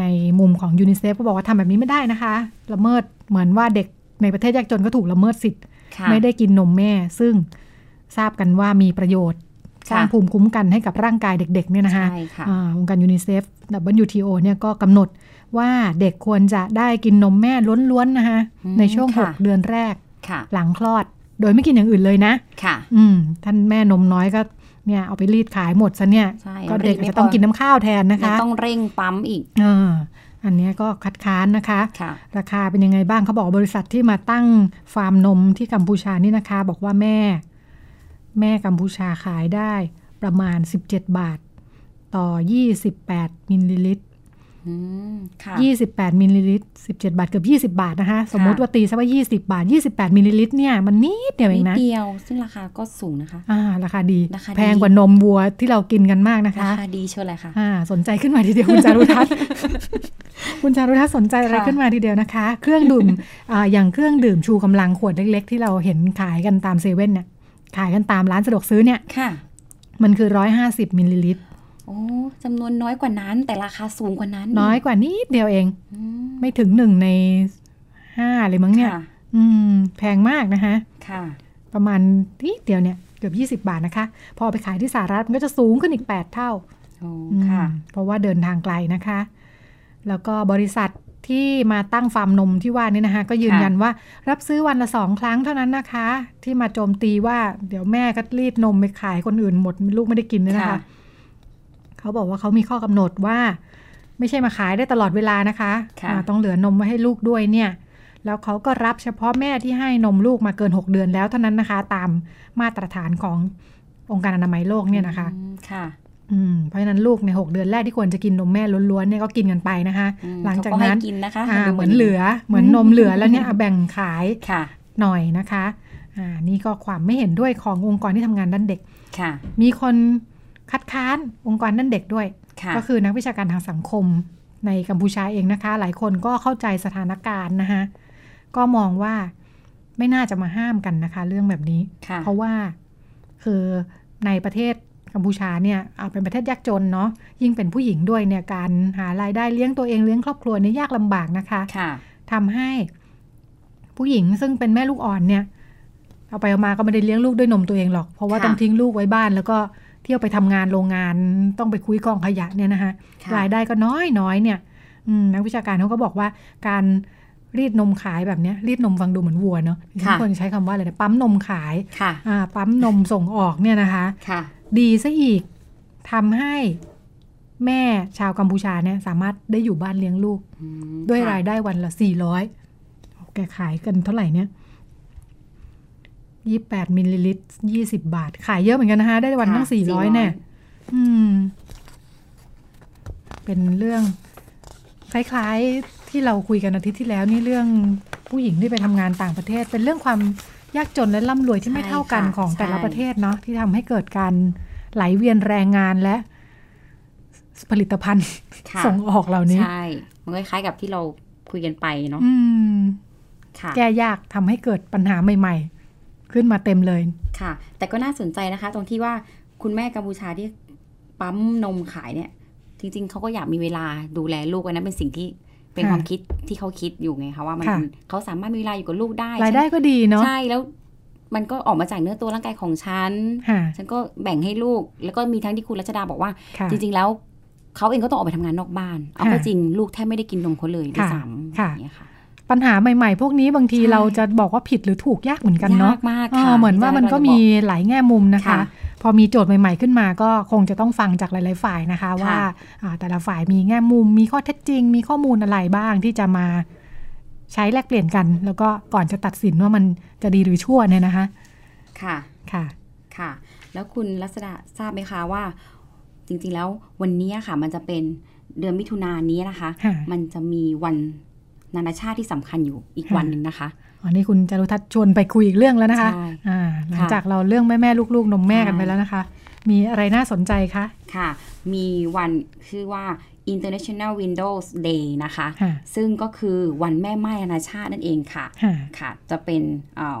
ในมุมของยูนิเซฟก็บอกว่าทำแบบนี้ไม่ได้นะคะ ละเมิดเหมือนว่าเด็กในประเทศยากจนก็ถูกละเมิดสิทธิ์
ค่ะ
ไม่ได้กินนมแม่ ซึ่งทราบกันว่ามีประโยชน์
ค่ะ
สร้างภูมิคุ้มกันให้กับร่างกายเด็กๆเนี่ยนะคะ
ใช่ค่ะ
อ่าองค์การยูนิเซฟ WTO เนี่ยก็กำหนดว่าเด็กควรจะได้กินนมแม่ล้วนๆนะคะ
อืม
ในช่วง
ค่ะ
6 เดือนแรก
ค่ะ
หลังคลอด โดยไม่กินอย่างอื่นเลยนะ
ค่ะ
อืมท่านแม่นมน้อยก็เนี่ยเอาไปรีดขายหมดซะเนี่ย
ใช่
ก็เด็กอาจ
รีดไม่
จะต้อง
พอ
กินน้ำข้าวแทนนะ
ยัง
คะ
ต้องเร่งปั๊มอีก
อ่าอันเนี้ยก็คัดค้านนะคะ
ค่ะ
ราคาเป็นยังไงบ้างเขาบอกบริษัทที่มาตั้งฟาร์มนมที่กัมพูชานี่นะคะ บอกว่าแม่ แม่กัมพูชาขายได้ ประมาณ 17 บาท ต่อ 28 มิลลิลิตร
อืมค่ะ
28 มิลลิลิตร 17 บาทเกือบ20 บาทนะคะ สมมติว่าตีซะว่า 20 บาท 28 มิลลิลิตรเนี่ยมันนิดเดียวเอ
นิ
ง
ด
นะ
เดียวซึ่งราคาก็สูงนะคะ
อ่า ราคาดี
ราคาดี
แพงกว่านมวัวที่เรากินกันมากนะคะ
ราคาดีเชียวแหละค่ะ
อ่าสนใจขึ้นมาทีเดียว คุณจารุ
[laughs]
ทัศน์ คุณจารุทัศน์สนใจอะไร
ค่ะ
ขึ้นมาทีเดียวนะคะ เครื่องดื่มอ่าอย่างเครื่องดื่มชูกำลังขวดเล็ก ๆ ที่เราเห็นขายกันตามเซเว่นเนี่ยขายกันตามร้านสะดวกซื้อเนี่ย
ค่ะ
มันคือ 150มิลลิลิตร
โอ้จำนวนน้อยกว่านั้น แต่ราคาสูงกว่านั้น
น้อยกว่านิดเดียวเอง
อืม
ไม่ถึงหนึ่งในห้าเลยมั้งเนี่ย
ค่ะ
อืม แพงมากนะคะ
ค่ะ
ประมาณนิดเดียวเนี่ยเกือบ20 บาทนะคะ พอไปขายที่สหรัฐมันก็จะสูงขึ้นอีก 8 เท่า
โอ้
อืม
ค่ะ
เพราะว่าเดินทางไกลนะคะ แล้วก็บริษัทที่มาตั้งฟาร์มนมที่ว่านี่นะคะ ก็ยืนยันว่ารับซื้อวันละสองครั้งเท่านั้นนะคะ ที่มาโจมตีว่าเดี๋ยวแม่ก็รีดนมไปขายคนอื่นหมดลูกไม่ได้กินเนี่ยนะคะ
ค่ะ
เขาบอกว่าเขามีข้อกำหนดว่า ไม่ใช่มาขายได้ตลอดเวลานะคะ
ค่ะ
อ่าต้องเหลือนมไว้ให้ลูกด้วยเนี่ย แล้วเขาก็รับเฉพาะแม่ที่ให้นมลูกมาเกิน 6 เดือนแล้วเท่านั้นนะคะ ตามมาตรฐานขององค์การอนามัยโลกเนี่ยนะคะ
อืมค่ะ
อืมเพราะฉะนั้นลูกใน 6 เดือนแรกที่ควรจะกินนมแม่ล้วนๆเนี่ยก็กินกันไปนะคะ
อืม
หลังจาก
เข
นั้น
ให้กินนะคะ
อ่า
ดู
เหมือนเหลือเหมือนนมเหลือแล้วเนี่ยเอาแบ่งขาย
ค่ะ
หน่อยนะคะอ่านี่ก็ความไม่เห็นด้วยขององค์กรที่ทำงานด้านเด็ก
ค่ะ
มีคนคัดค้านองค์กรด้านเด็กด้วย
ค่ะ
ก็คือนักวิชาการทางสังคมในกัมพูชาเองนะคะ หลายคนก็เข้าใจสถานการณ์นะคะก็มองว่าไม่น่าจะมาห้ามกันนะคะ เรื่องแบบนี้
ค่ะ
เพราะว่าคือในประเทศกัมพูชาเนี่ยอ่าเป็นประเทศยากจนเนาะยิ่งเป็นผู้หญิงด้วยเนี่ยการหารายได้เลี้ยงตัวเองเลี้ยงครอบครัวเนี่ยยากลำบากนะคะ
ค่ะ
ทำให้ผู้หญิงซึ่งเป็นแม่ลูกอ่อนเนี่ย เอาไปเอามาก็ไม่ได้เลี้ยงลูกด้วยนมตัวเองหรอก เพราะว่าต้องทิ้งลูกไว้บ้าน แล้วก็เที่ยวไปทำงานโรงงานต้องไปคุยกองขยะเนี่ยนะคะ
ค่ะ
รายได้ก็น้อยน้อยเนี่ยอืมนักวิชาการเขาก็บอกว่าการรีดนมขายแบบเนี้ยรีดนมฟังดูเหมือนวัวเนาะดิฉันควรจะใช้คำว่าอะไรนะปั๊มนมขาย
ค่ะ
อ่าปั๊มนมส่งออกเนี่ยนะคะ
ค่ะ
ดีซะอีกทำให้แม่ชาวกัมพูชาเนี่ยสามารถได้อยู่บ้านเลี้ยงลูก
อืม
ด้วย
ค่ะ
รายได้วันละ 400แกขายกันเท่าไหร่เนี่ย 28 มิลลิลิตร 20 บาท ขายเยอะเหมือนกันนะคะ ได้วันทั้ง
ค่ะ
400 แน่อืม เป็นเรื่อง คล้ายๆที่เราคุยกันอาทิตย์ที่แล้ว นี่เรื่องผู้หญิงที่ไปทำงานต่างประเทศ เป็นเรื่องความยากจนและร่ำรวยที่ไม่เท่ากันของแต่ละประเทศเนาะที่ทำให้เกิดการไหลเวียนแรงงานและ ผลิตภัณฑ์
ค่ะ
ส่งออกเหล่านี้
ใช่มันก็คล้ายๆกับที่เราคุยกันไปเนาะ
อืม
ค่ะ
แก้ยากทำให้เกิดปัญหาใหม่ๆ ขึ้นมาเต็มเลย
ค่ะ แต่ก็น่าสนใจนะคะ ตรงที่ว่าคุณแม่กัมพูชาที่ปั๊มนมขายเนี่ย จริง ๆเขาก็อยากมีเวลาดูแลลูกอันนั้นเป็นสิ่งที่เป็น
ค่ะ
ความคิดที่เขาคิดอยู่ไงคะว่ามัน
ค่ะ
เขาสามารถมีเวลาอยู่กับลูกได้
รายได้ก็ดีเนาะ
ใช่แล้วมันก็ออกมาจากเนื้อตัวร่างกายของฉัน
ค่ะ
ฉันก็แบ่งให้ลูก แล้วก็มีทั้งที่คุณรัชดาบอกว่า
ค่ะ
จริง ๆ แล้วเขาเองก็ต้องออกไปทำงานนอกบ้าน เอา
ค่ะ
ก็จริงลูกแทบไม่ได้กินนมเขาเลยด้วยซ้ำ
ค่ะ
อย่างเงี้ยค่ะ
ปัญหาใหม่ๆ พวกนี้บางที
ใช่
เราจะบอกว่าผิดหรือถูกยากเหมือนกันเนาะ
ยากมาก
เอ
ค่ะ
อเหมือนว่ามันก็มี
ที่
หลายแง่มุมนะคะ
ค่ะ
พอมีโจทย์ใหม่ๆ ขึ้นมาก็คงจะต้องฟังจากหลายๆฝ่ายนะคะ ว่าอ่าแต่ละฝ่ายมีแง่มุม มีข้อเท็จจริง มีข้อมูลอะไรบ้างที่จะมาใช้แลกเปลี่ยนกัน แล้วก็ก่อนจะตัดสินว่ามันจะดีหรือชั่วเนี่ยนะคะ
เราค่ะ
ค่ะ
ค่ะ แล้วคุณลักษณะทราบไหมคะว่า จริงๆแล้ววันนี้ค่ะ มันจะเป็นเดือนมิถุนายนนี้นะคะ
ค่ะ
มันจะมีวันนานาชาติที่สำคัญอยู่อีกวันหนึ่งนะคะ
อ๋อนี่คุณจารุทัศน์ชวนไปคุยอีกเรื่องแล้วนะคะ
ใช่
อ่า หลังจากเราเรื่องแม่แม่ๆลูกๆ นมแม่กันไป
ใช่
แล้วนะคะ มีอะไรน่าสนใจคะ
ค่ะ มีวันชื่อว่า International Windows Day นะคะ
ค่ะ
ซึ่งก็คือวันแม่ไม้นานาชาตินั่นเองค่ะ
ค่ะ
ค่ะ จะเป็นเอ่อ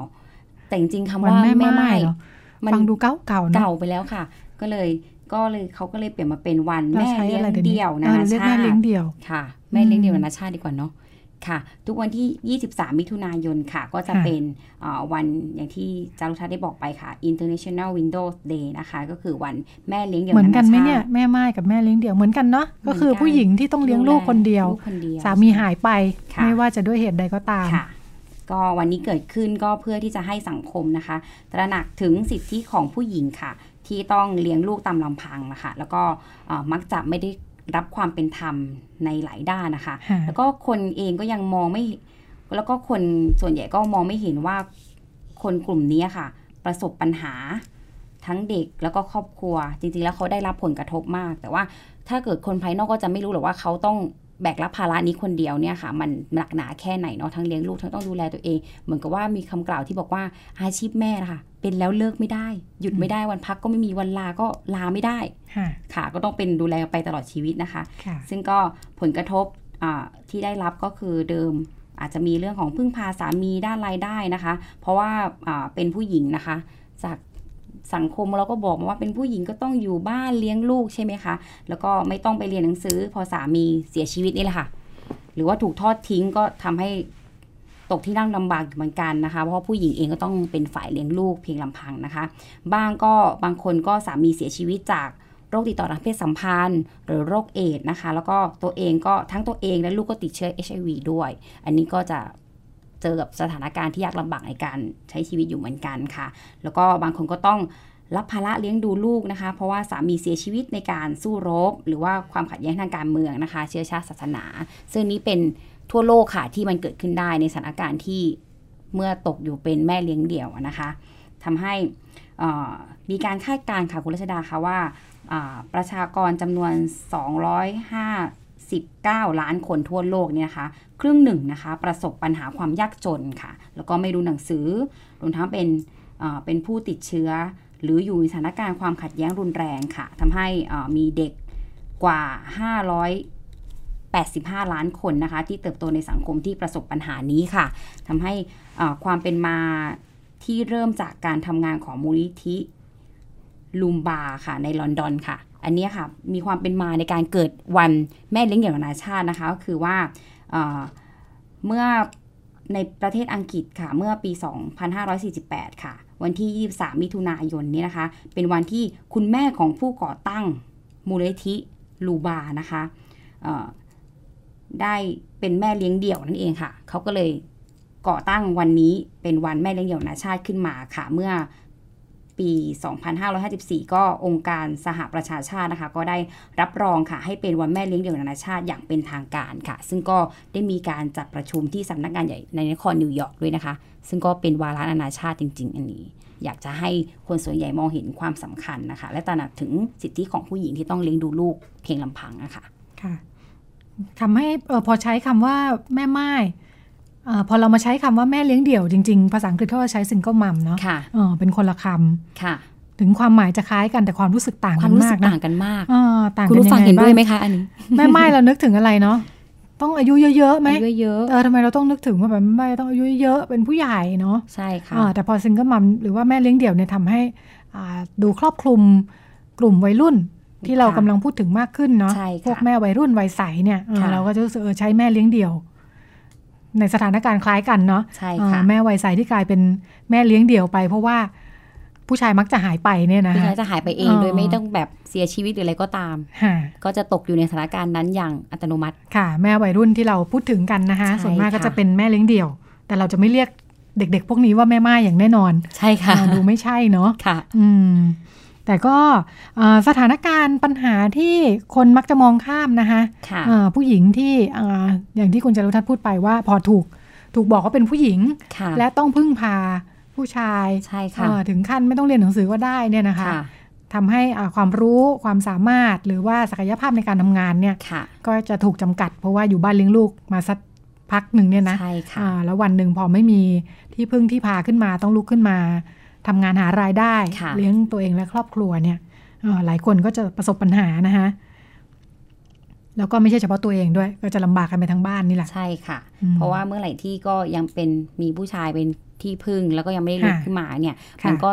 แต่จริงๆคำ
วัน
ว่า
แม่
แม่
ไม้
ไม้
เหรอ
มัน
ฟังดูเก่าเก่าๆเนอะ
เก่าไปแล้วค่ะ ก็เลยก็เลยเขาก็เลยเปลี่ยนมาเป็นวัน
เรา
แม่
ใช้
เลี้ย
อะ
ง
ไรเดี๋ยวนี้
เดี่ยว
เอ
นา
อ
นา
เรียก
ชา
แม่
ติ
เลี้ยงเดี่ยว
ค่ะแม่เลี้ยงเดี่ยว
อืม
นานาชาติดีกว่าเนาะค่ะ ทุกวันที่ 23 มิถุนายนค่ะ ก็จะ
ค่ะ
เป็นเอ่อวันอย่างที่จารุทัศน์ได้บอกไปค่ะ International Windows Day นะคะ ก็คือวันแม่เลี้ยงเดี่ยว
เหมือนกันไหม
ชาติ
เนี่ยแม่ไม้กับแม่เลี้ยงเดี่ยวเหมือนกันเนาะก็คือ
เหมือนกัน
ผู้หญิงที่ต้องเลี้ยงลูกคนเดียว
ลูกคนเดียว
สามีหายไป
ค่ะ
ไม่ว่าจะด้วยเหตุใดก็ตาม
ค่ะ ก็วันนี้เกิดขึ้นก็เพื่อที่จะให้สังคมนะคะ ตระหนักถึงสิทธิของผู้หญิงค่ะ ที่ต้องเลี้ยงลูกตามลำพังนะคะแล้วก็เอ่อมักจะไม่ได้รับความเป็นธรรมในหลายด้านนะคะ
ค่ะ
แล้วก็คนเองก็ยังมองไม่แล้วก็คนส่วนใหญ่ก็มองไม่เห็นว่าคนกลุ่มนี้ค่ะ ประสบปัญหา ทั้งเด็กแล้วก็ครอบครัว จริง ๆ แล้วเขาได้รับผลกระทบมาก แต่ว่าถ้าเกิดคนภายนอกก็จะไม่รู้หรอกว่าเขาต้องแบกรับภาระนี้คนเดียวเนี่ยค่ะ มันหนักหนาแค่ไหนเนาะทั้งเลี้ยงลูกทั้งต้องดูแลตัวเอง เหมือนกับว่ามีคำกล่าวที่บอกว่าอาชีพแม่นะคะเป็นแล้วเลิกไม่ได้ หยุดไม่ได้วันพักก็ไม่มีวันลาก็ลาไม่ได้
ค่ะ
ค่ะ ก็ต้องเป็นดูแลไปตลอดชีวิตนะคะ
ค่ะ
ซึ่งก็ผลกระทบอ่าที่ได้รับก็คือเดิมอาจจะมีเรื่องของพึ่งพาสามีด้านรายได้นะคะ เพราะว่าอ่าเป็นผู้หญิงนะคะ จากสังคมเราก็บอกมาว่าเป็นผู้หญิงก็ต้องอยู่บ้านเลี้ยงลูกใช่ไหมคะแล้วก็ไม่ต้องไปเรียนหนังสือ พอสามีเสียชีวิตนี่แหละค่ะ หรือว่าถูกทอดทิ้งก็ทำให้ตกที่นั่งลำบากอยู่เหมือนกันนะคะ เพราะผู้หญิงเองก็ต้องเป็นฝ่ายเลี้ยงลูกเพียงลำพังนะคะ บ้างก็บางคนก็สามีเสียชีวิตจาก โรคติดต่อทางเพศสัมพันธ์ หรือโรคเอดส์นะคะ แล้วก็ตัวเองก็ทั้งตัวเองและลูกก็ติดเชื้อ HIV ด้วย อันนี้ก็จะเจอกับสถานการณ์ที่ยากลำบากในการใช้ชีวิตอยู่เหมือนกันค่ะ แล้วก็บางคนก็ต้องรับภาระเลี้ยงดูลูกนะคะ เพราะว่าสามีเสียชีวิตในการสู้รบ หรือว่าความขัดแย้งทางการเมืองนะคะ เชื้อชาติศาสนา ซึ่งนี้เป็นทั่วโลกค่ะที่มันเกิดขึ้นได้ในสถานการณ์ที่เมื่อตกอยู่เป็นแม่เลี้ยงเดี่ยวนะคะทำให้เอ่อมีการคาดการณ์ค่ะคุณรัชดาค่ะว่า อ่าประชากรจำนวน 259 ล้านคนทั่วโลกเนี่ยนะคะ ครึ่งหนึ่งนะคะ ประสบปัญหาความยากจนค่ะ แล้วก็ไม่รู้หนังสือรวมทั้งเป็นอ่าเป็นผู้ติดเชื้อ หรืออยู่ในสถานการณ์ความขัดแย้งรุนแรงค่ะทำให้อ่ามีเด็กกว่า 585 ล้านคนนะคะ ที่เติบโตในสังคมที่ประสบปัญหานี้ค่ะทำให้อ่าความเป็นมาที่เริ่มจากการทำงานของมูลนิธิ ลูมบาค่ะในลอนดอนค่ะ อันเนี้ยค่ะมีความเป็นมาในการเกิดวันแม่เลี้ยงเดี่ยวนานาชาตินะคะ ก็คือว่าเอ่อเมื่อในประเทศอังกฤษค่ะ เมื่อปี 2548 ค่ะ วันที่ 23 มิถุนายนนี้นะคะ เป็นวันที่คุณแม่ของผู้ก่อตั้งมูลนิธิลูบานะคะเอ่อได้เป็นแม่เลี้ยงเดี่ยวนั่นเองค่ะ เขาก็เลยก่อตั้งวันนี้เป็นวันแม่เลี้ยงเดี่ยวนานาชาติขึ้นมาค่ะ เมื่อ ปี 2554 ก็องค์การสหประชาชาตินะคะ ก็ได้รับรองค่ะ ให้เป็นวันแม่เลี้ยงเดี่ยวนานาชาติอย่างเป็นทางการค่ะ ซึ่งก็ได้มีการจัดประชุมที่สำนักงานใหญ่ในนครนิวยอร์กด้วยนะคะ ซึ่งก็เป็นวาระนานาชาติจริง ๆ อันนี้ อยากจะให้คนส่วนใหญ่มองเห็นความสำคัญนะคะ และตระหนักถึงสิทธิของผู้หญิงที่ต้องเลี้ยงดูลูกเพียงลำพังนะคะ
ค่ะทำให้เออพอใช้คำว่าแม่ไม้เอ่อพอเรามาใช้คำว่าแม่เลี้ยงเดี่ยวจริงๆ ภาษาอังกฤษเขาจะใช้ซิงเกิลมัมเนาะ
ค่ะ
เออเป็นคนละค
ค่ะ
ำถึงความหมายจะคล้ายกันแต่ความรู้สึกต่าง
ควา
กั
ม
น
รู้
มา
สึ
ก
ก
นะ
ต่างกันมาก
เออต่าง
คุณ
กัน
ผู้
ยัง
ฟัง
ไง
เห็นด้วยไห
บ้าง
มคะอันนี้
แม่ไม้เรานึกถึงอะไร
[laughs]
เนาะต้องอายุเยอะๆไหม
อายุเยอะ
เออทำไมเราต้องนึกถึงว่าแบบแม่ไม้ต้องอายุเยอะเป็นผู้ใหญ่เนาะ
ใช่ค่ะ
อ่าแต่พอซิงเกิลมัมหรือว่าแม่เลี้ยงเดี่ยวเนี่ยทำให้อ่าดูครอบคลุมกลุ่มวัยรุ่น ที่เรากำลังพูดถึงมากขึ้นเนาะ
ใช่ค่ะ
พวกแม่วัยรุ่นวัยใสเนี่ยเออ
ค่ะ
เราก็จะรู้สึกเออใช้แม่เลี้ยงเดี่ยว ในสถานการณ์คล้ายกันเนาะ
ใช่
เออ
ค่ะ
แม่วัยใสที่กลายเป็นแม่เลี้ยงเดี่ยวไป เพราะว่าผู้ชายมักจะหายไปเนี่ยนะ
ผู้ชา
คะ
ยจะหายไปเอง
อ๋อ
โดยไม่ต้องแบบเสียชีวิตหรืออะไรก็ตาม
ฮะ
ก็จะตกอยู่ในสถานการณ์นั้นอย่างอัตโนมัติ
ค่ะ แม่วัยรุ่นที่เราพูดถึงกันนะคะ
ใช่
ส่วนมากก็
ค่ะ
จะเป็นแม่เลี้ยงเดี่ยว แต่เราจะไม่เรียกเด็ก ๆ พวกนี้ว่าแม่ไม้อย่างแน่นอน
ใช่ค่ะ
เออดูไม่ใช่เนาะ
ค่ะ
อืม แต่ก็เอ่อสถานการณ์ปัญหาที่คนมักจะมองข้ามนะคะ
ค่ะ
เอ่อผู้หญิงที่เอออย่างที่คุณจารุทัศน์พูดไปว่า พอถูกถูกบอกว่าเป็นผู้หญิง
ค่ะ
และต้องพึ่งพาผู้ชาย
ใช่ค่ะ
เอ่อถึงขั้นไม่ต้องเรียนหนังสือก็ได้เนี่ยนะคะ
ค่ะ
ทำให้อ่าความรู้ความสามารถหรือว่าศักยภาพในการทำงานเนี่ย
ค่ะ
ก็จะถูกจำกัด เพราะว่าอยู่บ้านเลี้ยงลูกมาสักพักหนึ่งเนี่ยนะ
ใช่ค่ะ
อ่าแล้ววันหนึ่งพอไม่มีที่พึ่งที่พาขึ้นมาต้องลุกขึ้นมาทำงานหารายได้
ค่ะ
เลี้ยงตัวเองและครอบครัวเนี่ยเอ่อหลายคนก็จะประสบปัญหานะคะแล้วก็ไม่ใช่เฉพาะตัวเองด้วย ก็จะลำบากกันไปทั้งบ้านนี่แหละ
ใช่ค่ะ
อืม
เพราะว่าเมื่อไหร่ที่ก็ยังเป็นมีผู้ชายเป็นที่พึ่ง แล้วก็ยังไม่ได้ลุก
ค่ะ
ขึ้นมาเนี่ย
ค่ะ
มันก็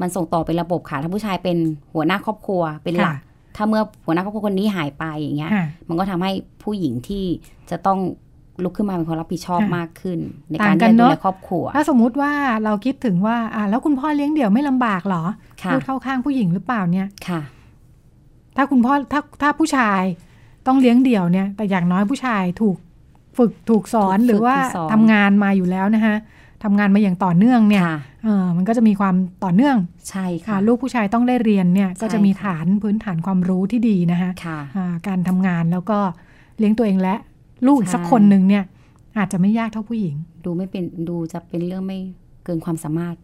มันส่งต่อเป็นระบบค่ะ ถ้าผู้ชายเป็นหัวหน้าครอบครัวเป็นหลั
ค่ะ
ก ถ้าเมื่อหัวหน้าครอบครัวคนนี้หายไปอย่างเงี้ย
ค่ะ
มันก็ทำให้ผู้หญิงที่จะต้องลุกขึ้นมาเป็นคนรับผิดชอบ
ค่ะ
มากขึ้น ในการ
ต่างกั
ที่
น
จะดู
เนอะ
แลครอบครัว
ถ้าสมมุติว่าเราคิดถึงว่าอ่าแล้วคุณพ่อเลี้ยงเดี่ยวไม่ลำบากเหรอ
ค่ะ
พูดเข้าข้างผู้หญิงหรือเปล่าเนี่ย
ค่ะ
ถ้าคุณพ่อถ้าถ้าผู้ชายต้องเลี้ยงเดี่ยวเนี่ย แต่อย่างน้อยผู้ชายถูกฝึกถูกสอน
ถูกฝึก
หรือว่า
ถูกสอน
ทำงานมาอยู่แล้วนะคะทำงานมาอย่างต่อเนื่องเนี่ย
ค่ะ
เออมันก็จะมีความต่อเนื่อง
ใช่
อ่า
ค่ะ
ลูกผู้ชายต้องได้เรียนเนี่ย
ใช่
ก็จะมี
ค่ะ
ฐานพื้นฐานความรู้ที่ดีนะคะ
ค่ะ
อ่าการทำงานแล้วก็เลี้ยงตัวเองและลูกอีกสัก
ใช่
คนหนึ่งเนี่ย อาจจะไม่ยากเท่าผู้หญิง
ดูไม่เป็นดูจะเป็นเรื่องไม่เกินความสามารถ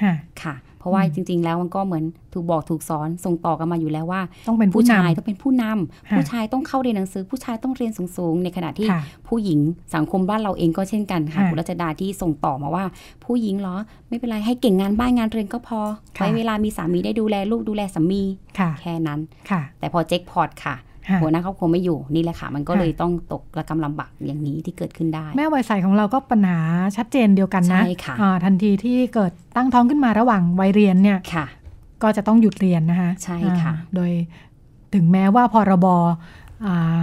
ค่ะ
ค่ะ เพราะว่า
อืม
จริง ๆ แล้วมันก็เหมือนถูกบอกถูกสอนส่งต่อกันมาอยู่แล้วว่า
ต้องเป็นผู้
ผู้ชาย
นำ
ต้องเป็นผู้นำ
ค่ะ
ผู้ชายต้องเข้าเรียนหนังสือ ผู้ชายต้องเรียนสูงๆ ในขณะที่
ค่ะ
ผู้หญิงสังคมบ้านเราเองก็เช่นกันค่ะ
ค่ะ
คุณรัชดาที่ส่งต่อมาว่า ผู้หญิงเหรอ ไม่เป็นไรให้เก่งงานบ้านงานเรียนก็พอไว้เวลามีสามีได้ดูแลลูกดูแลสามี
ค่ะ
แค่นั้น
ค่ะ
แต่พอเจ็คพอตค่ะ
ค่ะ
หัวหน้าครอบครัวไม่อยู่นี่แหละค่ะ มันก็
ค่ะ
เลยต้องตกระกำลำบากอย่างนี้ที่เกิดขึ้นได้
แม่วัยใสของเราก็ปัญหาชัดเจนเดียวกันนะ
ใช่ค่ะ
อ่าทันทีที่เกิดตั้งท้องขึ้นมาระหว่างวัยเรียนเนี่ย
ค่ะ
ก็จะต้องหยุดเรียนนะคะ
ใช่ค่ะ
อ่าโดยถึงแม้ว่าพรบอ่า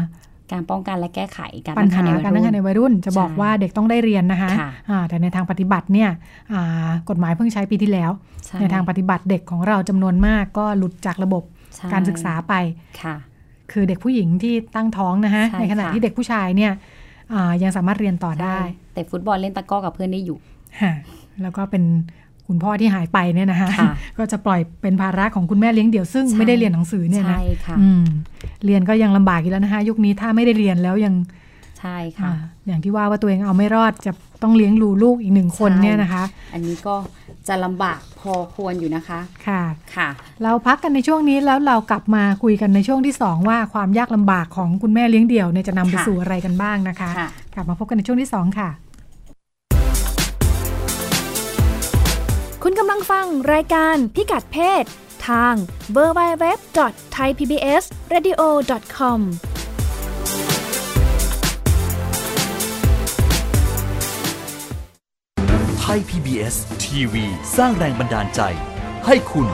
การป้องกันและแก้ไขการ
ปัญหา
ตั้ง
การ
ครรภ์
ตั้งครรภ์
ใน
ใน
วัยรุ่น
วัยรุ่น จะบอก
ใช่
ว่าเด็กต้องได้เรียนนะคะ
ค่ะ
อ่าแต่ในทางปฏิบัติเนี่ยอ่ากฎหมายเพิ่งใช้ปีที่แล้ว
ใช่
ในทางปฏิบัติเด็กของเราจำนวนมากก็หลุดจากระบบ
ใช่
การศึกษาไป
ค่ะ
คือเด็กผู้หญิงที่ตั้งท้องนะคะ
ใช่
ในขณะ
ค่ะ
ที่เด็กผู้ชายเนี่ยอ่ายังสามารถเรียนต่อได้
แต่ฟุตบอลเล่นตะกร้อกับเพื่อนได้อยู่
ค่ะแล้วก็เป็นคุณพ่อที่หายไปเนี่ยนะคะ
ค่ะ
[laughs] ก็จะปล่อยเป็นภาระของคุณแม่เลี้ยงเดี่ยวซึ่ง
ใช่
ไม่ได้เรียนหนังสือเนี่ยนะ
ใช่ค่ะ
อืมเรียนก็ยังลำบากอีกแล้วนะคะยุคนี้ถ้าไม่ได้เรียนแล้วยัง
ใช่
อา
ค่ะ
อย่างที่ว่าว่าตัวเองเอาไม่รอดจะต้องเลี้ยงดูลูกอีกหนึ่งคน
ใช่
เนี่ยนะคะ
อันนี้ก็จะลำบากพอควรอยู่นะคะ
ค่ะ
ค่ะ
เราพักกันในช่วงนี้แล้วเรากลับมาคุยกันในช่วงที่สองว่าความยากลำบากของคุณแม่เลี้ยงเดี่ยวเนี่ยจะนำไป
ค่ะ
สู่อะไรกันบ้างนะคะ
ค่ะ
กลับมาพบกันในช่วงที่สองค่ะ
คุณกำลังฟังรายการพิกัดเพศ ทาง www.thaipbsradio.com
ไทย PBS ทีวีสร้างแรงบันดาลใจ ให้คุณ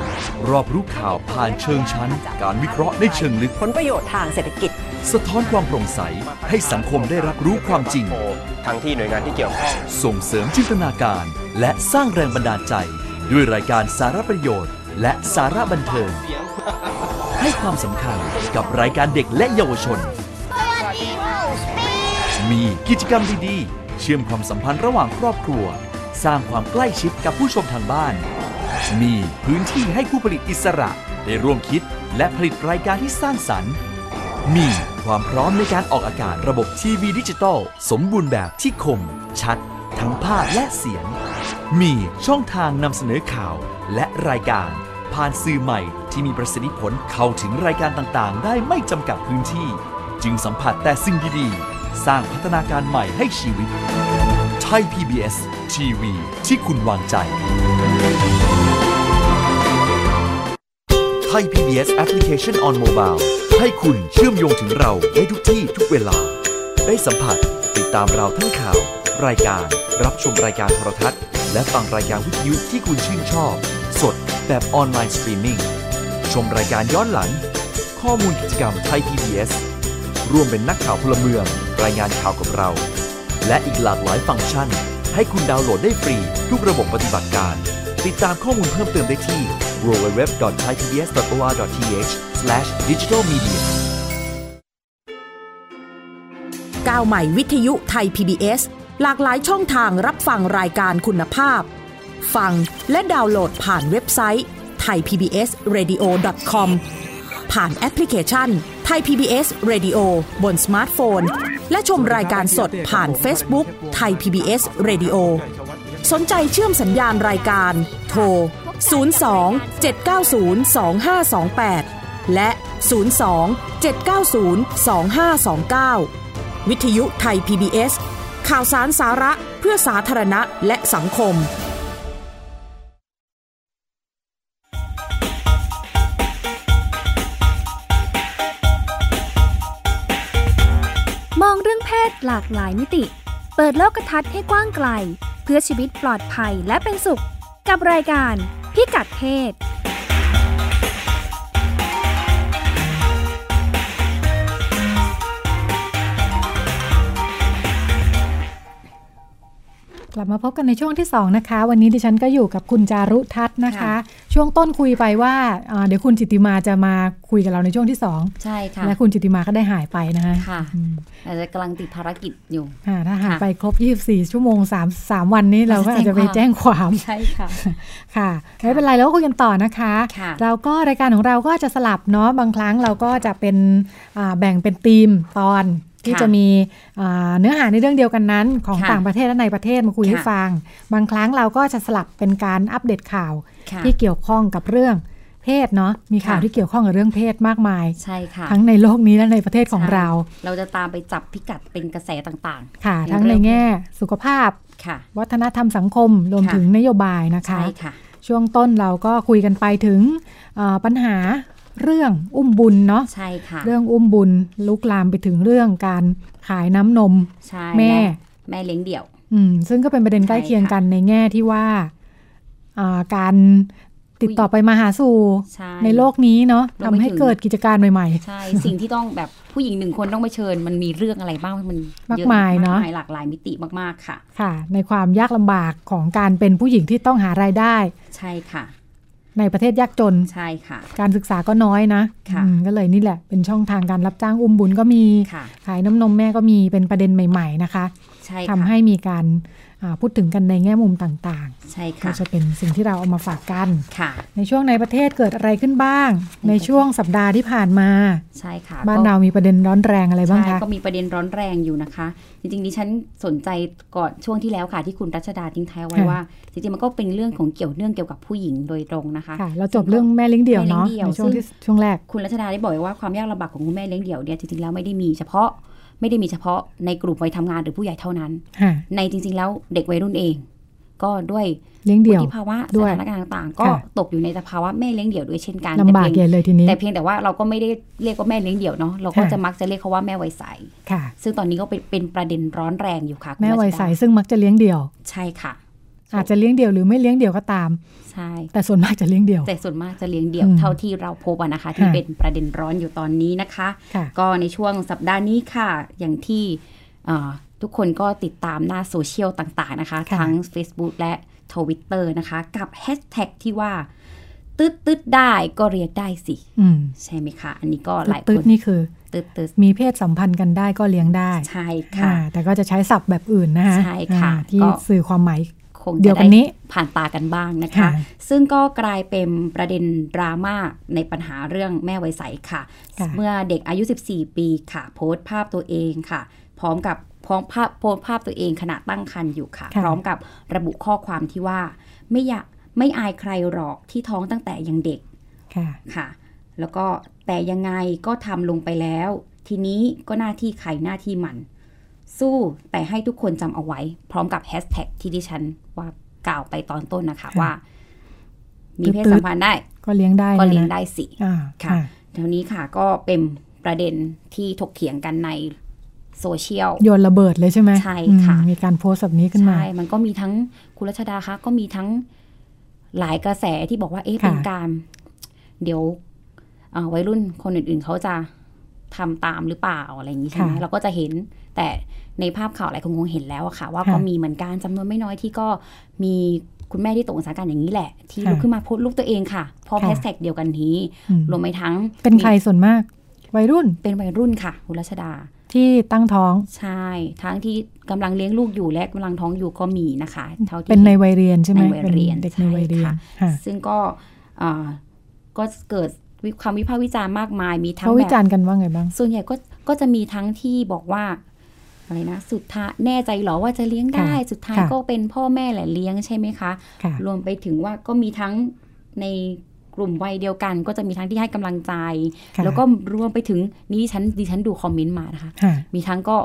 รอบรู้ข่าวผ่านเชิงชั้น การวิเคราะห์ในเชิงลึก
ผลประโยชน์ทางเศรษฐกิจ
สะท้อนความโปร่งใส ให้สังคมได้รับรู้ความจริง
ทั้งที่หน่วยงานที่เกี่ยวข้อง
ส่งเสริมจินตนาการ และสร้างแรงบันดาลใจ ด้วยรายการสารประโยชน์ และสาระบันเทิง ให้ความสำคัญกับรายการเด็กและเยาวชน มีกิจกรรมดีๆ เชื่อมความสัมพันธ์ระหว่างครอบครัว สร้างความใกล้ชิดกับผู้ชมทางบ้าน มีพื้นที่ให้ผู้ผลิตอิสระได้ร่วมคิด และผลิตรายการที่สร้างสรรค์ มีความพร้อมในการออกอากาศระบบทีวีดิจิตอลสมบูรณ์แบบที่คม ชัด ทั้งภาพและเสียง มีช่องทางนำเสนอข่าวและรายการ ผ่านสื่อใหม่ที่มีประสิทธิผลเข้าถึงรายการต่างๆ ได้ไม่จำกัดพื้นที่ จึงสัมผัสแต่สิ่งดีๆ สร้างพัฒนาการใหม่ให้ชีวิต ไทย PBS ทีวีที่คุณวางใจ ไทย PBS Application on Mobile ให้คุณเชื่อมโยงถึงเราได้ทุกที่ทุกเวลา ได้สัมผัสติดตามเราทั้งข่าว รายการ รับชมรายการโทรทัศน์ และฟังรายการวิทยุที่คุณชื่นชอบ สดแบบออนไลน์สตรีมมิ่ง ชมรายการย้อนหลัง ข้อมูลกิจกรรมไทย PBS ร่วมเป็นนักข่าวพลเมือง รายงานข่าวกับเรา และอีกหลากหลายฟังก์ชัน ให้คุณดาวน์โหลดได้ฟรี ทุกระบบปฏิบัติการ ติดตามข้อมูลเพิ่มเติมได้ที่ www.thaipbs.or.th/digitalmedia
ก้าวใหม่วิทยุไทย PBS หลากหลายช่องทางรับฟังรายการคุณภาพ ฟังและดาวน์โหลดผ่านเว็บไซต์ thaipbsradio.com ผ่านแอปพลิเคชัน Thai PBS Radio บนสมาร์ทโฟน และชมรายการสดผ่าน Facebook Thai PBS Radio สนใจเชื่อมสัญญาณรายการ โทร 02 790 2528 และ 02 790 2529 วิทยุไทย PBS ข่าวสารสาระเพื่อสาธารณะและสังคม
มองเรื่องเพศหลากหลายมิติ เปิดโลกทัศน์ให้กว้างไกล เพื่อชีวิตปลอดภัยและเป็นสุข กับรายการพิกัดเพศ
กลับมาพบกันในช่วงที่ 2 นะคะ วันนี้ดิฉันก็อยู่กับคุณจารุทัศน์นะคะ
ค่ะ
ช่วงต้นคุยไปว่าอ่าเดี๋ยวคุณจิตติมาจะมาคุยกับเราในช่วงที่ 2
ใช่ค่ะ
และคุณจิตติมาก็ได้หายไปนะคะ
ค่ะ
อืม
อาจจะกำลังติดภารกิจอยู่
ค่ะถ้าหาย
ค่ะ
ไปครบ 24 ชั่วโมง 3 3 วันนี้เราก็อาจจะไป
แจ้
แจ้ง
งค
คาว
วา
ม
ใช่ค่ะ
ค่ะไม่เป็นไรแล้วก็คุยกันต่อนะคะ
ค่ะ
เราก็รายการของเราก็จะสลับเนาะบางครั้งเราก็จะเป็นอ่าแบ่งเป็นธีมตอน ที่
ค่ะ
จะมีเอ่อเนื้อหาในเรื่องเดียวกันนั้น ของ
ค่ะ
ต่างประเทศและในประเทศมาคุยให้
ค่ะ
ฟัง บางครั้งเราก็จะสลับเป็นการอัปเดตข่าว
ค่ะ
ที่เกี่ยวข้องกับเรื่องเพศเนาะมีข่าว
ค่ะ
ที่เกี่ยวข้องกับเรื่องเพศมากมาย
ใช่ค่ะ
ทั้งในโลกนี้และในประเทศของ
ใช่
เรา
เราจะตามไปจับพิกัดเป็นกระแสต่าง
ค่ะ ทั้งในแง่สุขภาพ
ๆ ค่ะ
วัฒนธรรมสังคมรวม
ค่ะ
ถึงนโยบายนะคะ
ใช่ค่ะ
ช่วงต้นเราก็คุยกันไปถึงเอ่อปัญหาเรื่องอุ้มบุญเนาะ
ใช่ค่ะ
เรื่องอุ้มบุญลุกลามไปถึงเรื่องการขายน้ำนม
ใช่
แม่
และแม่เลี้ยงเดี่ยว
อืมซึ่งก็เป็นประเด็นใกล้
ใช่ค่ะ
เคียงกันในแง่ที่ว่าอ่าการติด
ผู้หญิง
ต่อไปมาหาสู่
ใช่
ในโลกนี้เนาะ
รวมไป
ทำให้
ถึง
เกิดกิจการใหม่
ใช่ สิ่งที่ต้องแบบผู้หญิงหนึ่งคนต้องไปเผชิญ มันมีเรื่องอะไรบ้างมัน
มาก
เอะ
มายเนอะ
มยหลากหลายมิติมากๆค่ะ
ๆ ค่ะ ในความยากลำบากของการเป็นผู้หญิงที่ต้องหารายได้
ใช่ค่ะ
ในประเทศยากจน
ใช่ค่ะ
การศึกษาก็น้อยนะ
ค่ะ
อืมก็เลยนี่แหละ เป็นช่องทางการรับจ้างอุ้มบุญก็มี
ค่ะ
ขายน้ำนมแม่ก็มีเป็นประเด็นใหม่ๆนะคะ
ใช่
ทำ
ค่ะ
ให้มีการอ่าพูดถึงกันในแง่มุมต่าง
ใช่
ๆ ก็
ค่ะ
จะเป็นสิ่งที่เราเอามาฝากกัน
ค่ะ
ในช่วงในประเทศเกิดอะไรขึ้นบ้าง ในช่วงสัปดาห์ที่ผ่านมา
ใช่ค่ะ
บ้าน
ก็
เรามีประเด็นร้อนแรงอะไรบ้าง
ใช่
คะ
ก็มีประเด็นร้อนแรงอยู่นะคะ จริงๆดิฉันสนใจก่อนช่วงที่แล้วค่ะ ที่คุณรัชดาทิ้งท้ายไว้
ค่ะ
ว่า จริงๆ มันก็เป็นเรื่องของเกี่ยวเนื่องเกี่ยวกับผู้หญิงโดยตรงนะคะ
ค่ะ เราจบเรื่องแม่เลี้ยงเดี่ยวเนาะ
แม่เลี้ยงเดี่ยว
ในช่วงที่ช่วงแรก
คุณรัชดาได้บอกไว้ว่าความยากลำบากของคุณแม่เลี้ยงเดี่ยวเนี่ยจริงๆแล้วไม่ได้มีเฉพาะไม่ได้มีเฉพาะในกลุ่มวัยทำงานหรือผู้ใหญ่เท่านั้น
ค่ะ
ในจริง ๆ แล้วเด็กวัยรุ่นเอง ก็ด้วย
เลี้ยงเดี่ยว
วุฒิภาวะ
ด้
ส
วย
ถานการณ์ต่างๆ ก็
ค่ะ
ตกอยู่ในสภาวะแม่เลี้ยงเดี่ยวด้วยเช่นกัน
ลำบาก
แต่
เย็
เพียง
นเลยทีนี้
แต่เพียงแต่ว่าเราก็ไม่ได้เรียกว่าแม่เลี้ยงเดี่ยวเนาะเราก็
ค่ะ
จะมักจะเรียกเขาว่าแม่วัยใส
ค่ะ
ซึ่งตอนนี้ก็เป็นเป็นประเด็นร้อนแรงอยู่ค่ะคุณ
แม่วัย
รัช
ใส
ดา
ซึ่งมักจะเลี้ยงเดี่ยว
ใช่ค่ะ
อาจจะเลี้ยงเดี่ยวหรือไม่เลี้ยงเดี่ยวก็ตาม
ใช่
แต่ส่วนมากจะเลี้ยงเดี่ยว
แต่ส่วนมากจะเลี้ยงเดี่ยว
อืม
เท่าที่เราพบอะนะคะ ที่
ค่ะ
เป็นประเด็นร้อนอยู่ตอนนี้นะคะ
ค่ะ
ก็ในช่วงสัปดาห์นี้ค่ะ อย่างที่เอ่อทุกคนก็ติดตามหน้าโซเชียลต่างๆนะคะ
ค่ะ
ทั้ง Facebook และ Twitter นะคะ กับแฮชแท็กที่ว่า ตึ๊ดตึ๊ดได้ก็เรียกได้สิ
อืม
ใช่ไหมคะ อันนี้ก็หลายค
ตืด
น
ๆนี่คือ
ตึ๊ดตึ๊ด
มีเพศสัมพันธ์กันได้ก็เลี้ยงได้
ใช่
อ่า
ค่ะ
แต่ก็จะใช้ศัพท์แบบอื่นนะคะ
ใช่ค่ะ
อ่าที่
ก็
สื่อความหมาย
คง
เดีย
จะ
วกั
ได้
นนี้
ผ่านตากันบ้างนะคะ
ค่ะ
ซึ่งก็กลายเป็นประเด็นดราม่าในปัญหาเรื่องแม่ไวยใสค่ะ
ค่ะ
เมื่อเด็กอายุ 14 ปีค่ะ โพสต์ภาพตัวเองค่ะ พร้อมกับพร้อมภาพโพสต์ภาพตัวเองขณะตั้งครรภ์อยู่ค่ะ
ค่ะ
พร้อมกับระบุข้อความที่ว่า ไม่อยากไม่อายใครหรอกที่ท้องตั้งแต่ยังเด็ก
ค่ะ
ค่ะ แล้วก็แต่ยังไงก็ทำลงไปแล้ว ทีนี้ก็หน้าที่ใครหน้าที่มัน สู้แต่ให้ทุกคนจำเอาไว้ พร้อมกับแฮชแท็กที่ดิฉันว่ากล่าวไปตอนต้นนะคะ
ค่ะ
ว่า มีเพศ
ตึ๊ดๆ
สัมพันธ์ได้
ก็เลี้ยงได้
ก็เลี้ยง
นะ
ได้สิ
อ่า
ค่ะ
ค่ะ
ทีนี้ค่ะก็เป็นประเด็นที่ถกเถียงกันในโซเชียล
โยนระเบิดเลยใช่ไหม
ใช่
อืม
ค่ะ
มีการโพสต์แบบนี้ขึ้นมา
ใช่ มันก็มีทั้งคุณรัชดาคะก็มีทั้งหลายกระแสที่บอกว่าเอ๊ะ
ค่ะ
เป็นการ เดี๋ยวเอ่อวัยรุ่นคนอื่นๆ เขาจะทำตามหรือเปล่าอะไรอย่างนี้ใช่ไหม
ค่ะ
เราก็จะเห็น แต่ในภาพข่าวหลายคนคงเห็นแล้วอะค่ะ ว่า
ค่ะ
ก็มีเหมือนกันจำนวนไม่น้อยที่ก็มีคุณแม่ที่ตกอุตสาหการอย่างนี้แหละ ที่
ค่ะ
ลุกขึ้นมาโพสต์ลูกตัวเองค่ะพร้อม
ค่ะ
แฮชแท็กเดียวกันนี้
อืม
รวมไปทั้ง
เป็นใครส่วนมาก วัยรุ่น
เป็นวัยรุ่นค่ะคุณรัชดา
ที่ตั้งท้อง
ใช่ ทั้งที่กำลังเลี้ยงลูกอยู่และกำลังท้องอยู่ก็มีนะคะเท่าที่
เป็นในวัยเรียนใช่ไหม
ในวัยเรียน
ป็เด็ก
ใช่
ในวัยเรียน
ค่ะ
ค่ะ
ซึ่งก็เอ่อก็เกิดวิคำวิพากษ์วิจารณ์มากมายมีทั้ง
เขาวิ
แบ
จา
บ
รณ์กันว่าไงบ้าง
ส่วนใหญ่ก็ก็จะมีทั้งที่บอกว่าอะไรนะสุดท้ายแน่ใจเหรอว่าจะเลี้ยงได้
ค่ะ
สุดท้าย
ค่ะ
ก็เป็นพ่อแม่แหละเลี้ยงใช่ไหมคะ
ค่ะ
รวมไปถึงว่าก็มีทั้งในกลุ่มวัยเดียวกัน ก็จะมีทั้งที่ให้กำลังใจ
ค่ะ
แล้วก็รวมไปถึงนี่ดิฉันดิฉันดูคอมเมนต์มานะคะ
ค่ะ
มีทั้งก็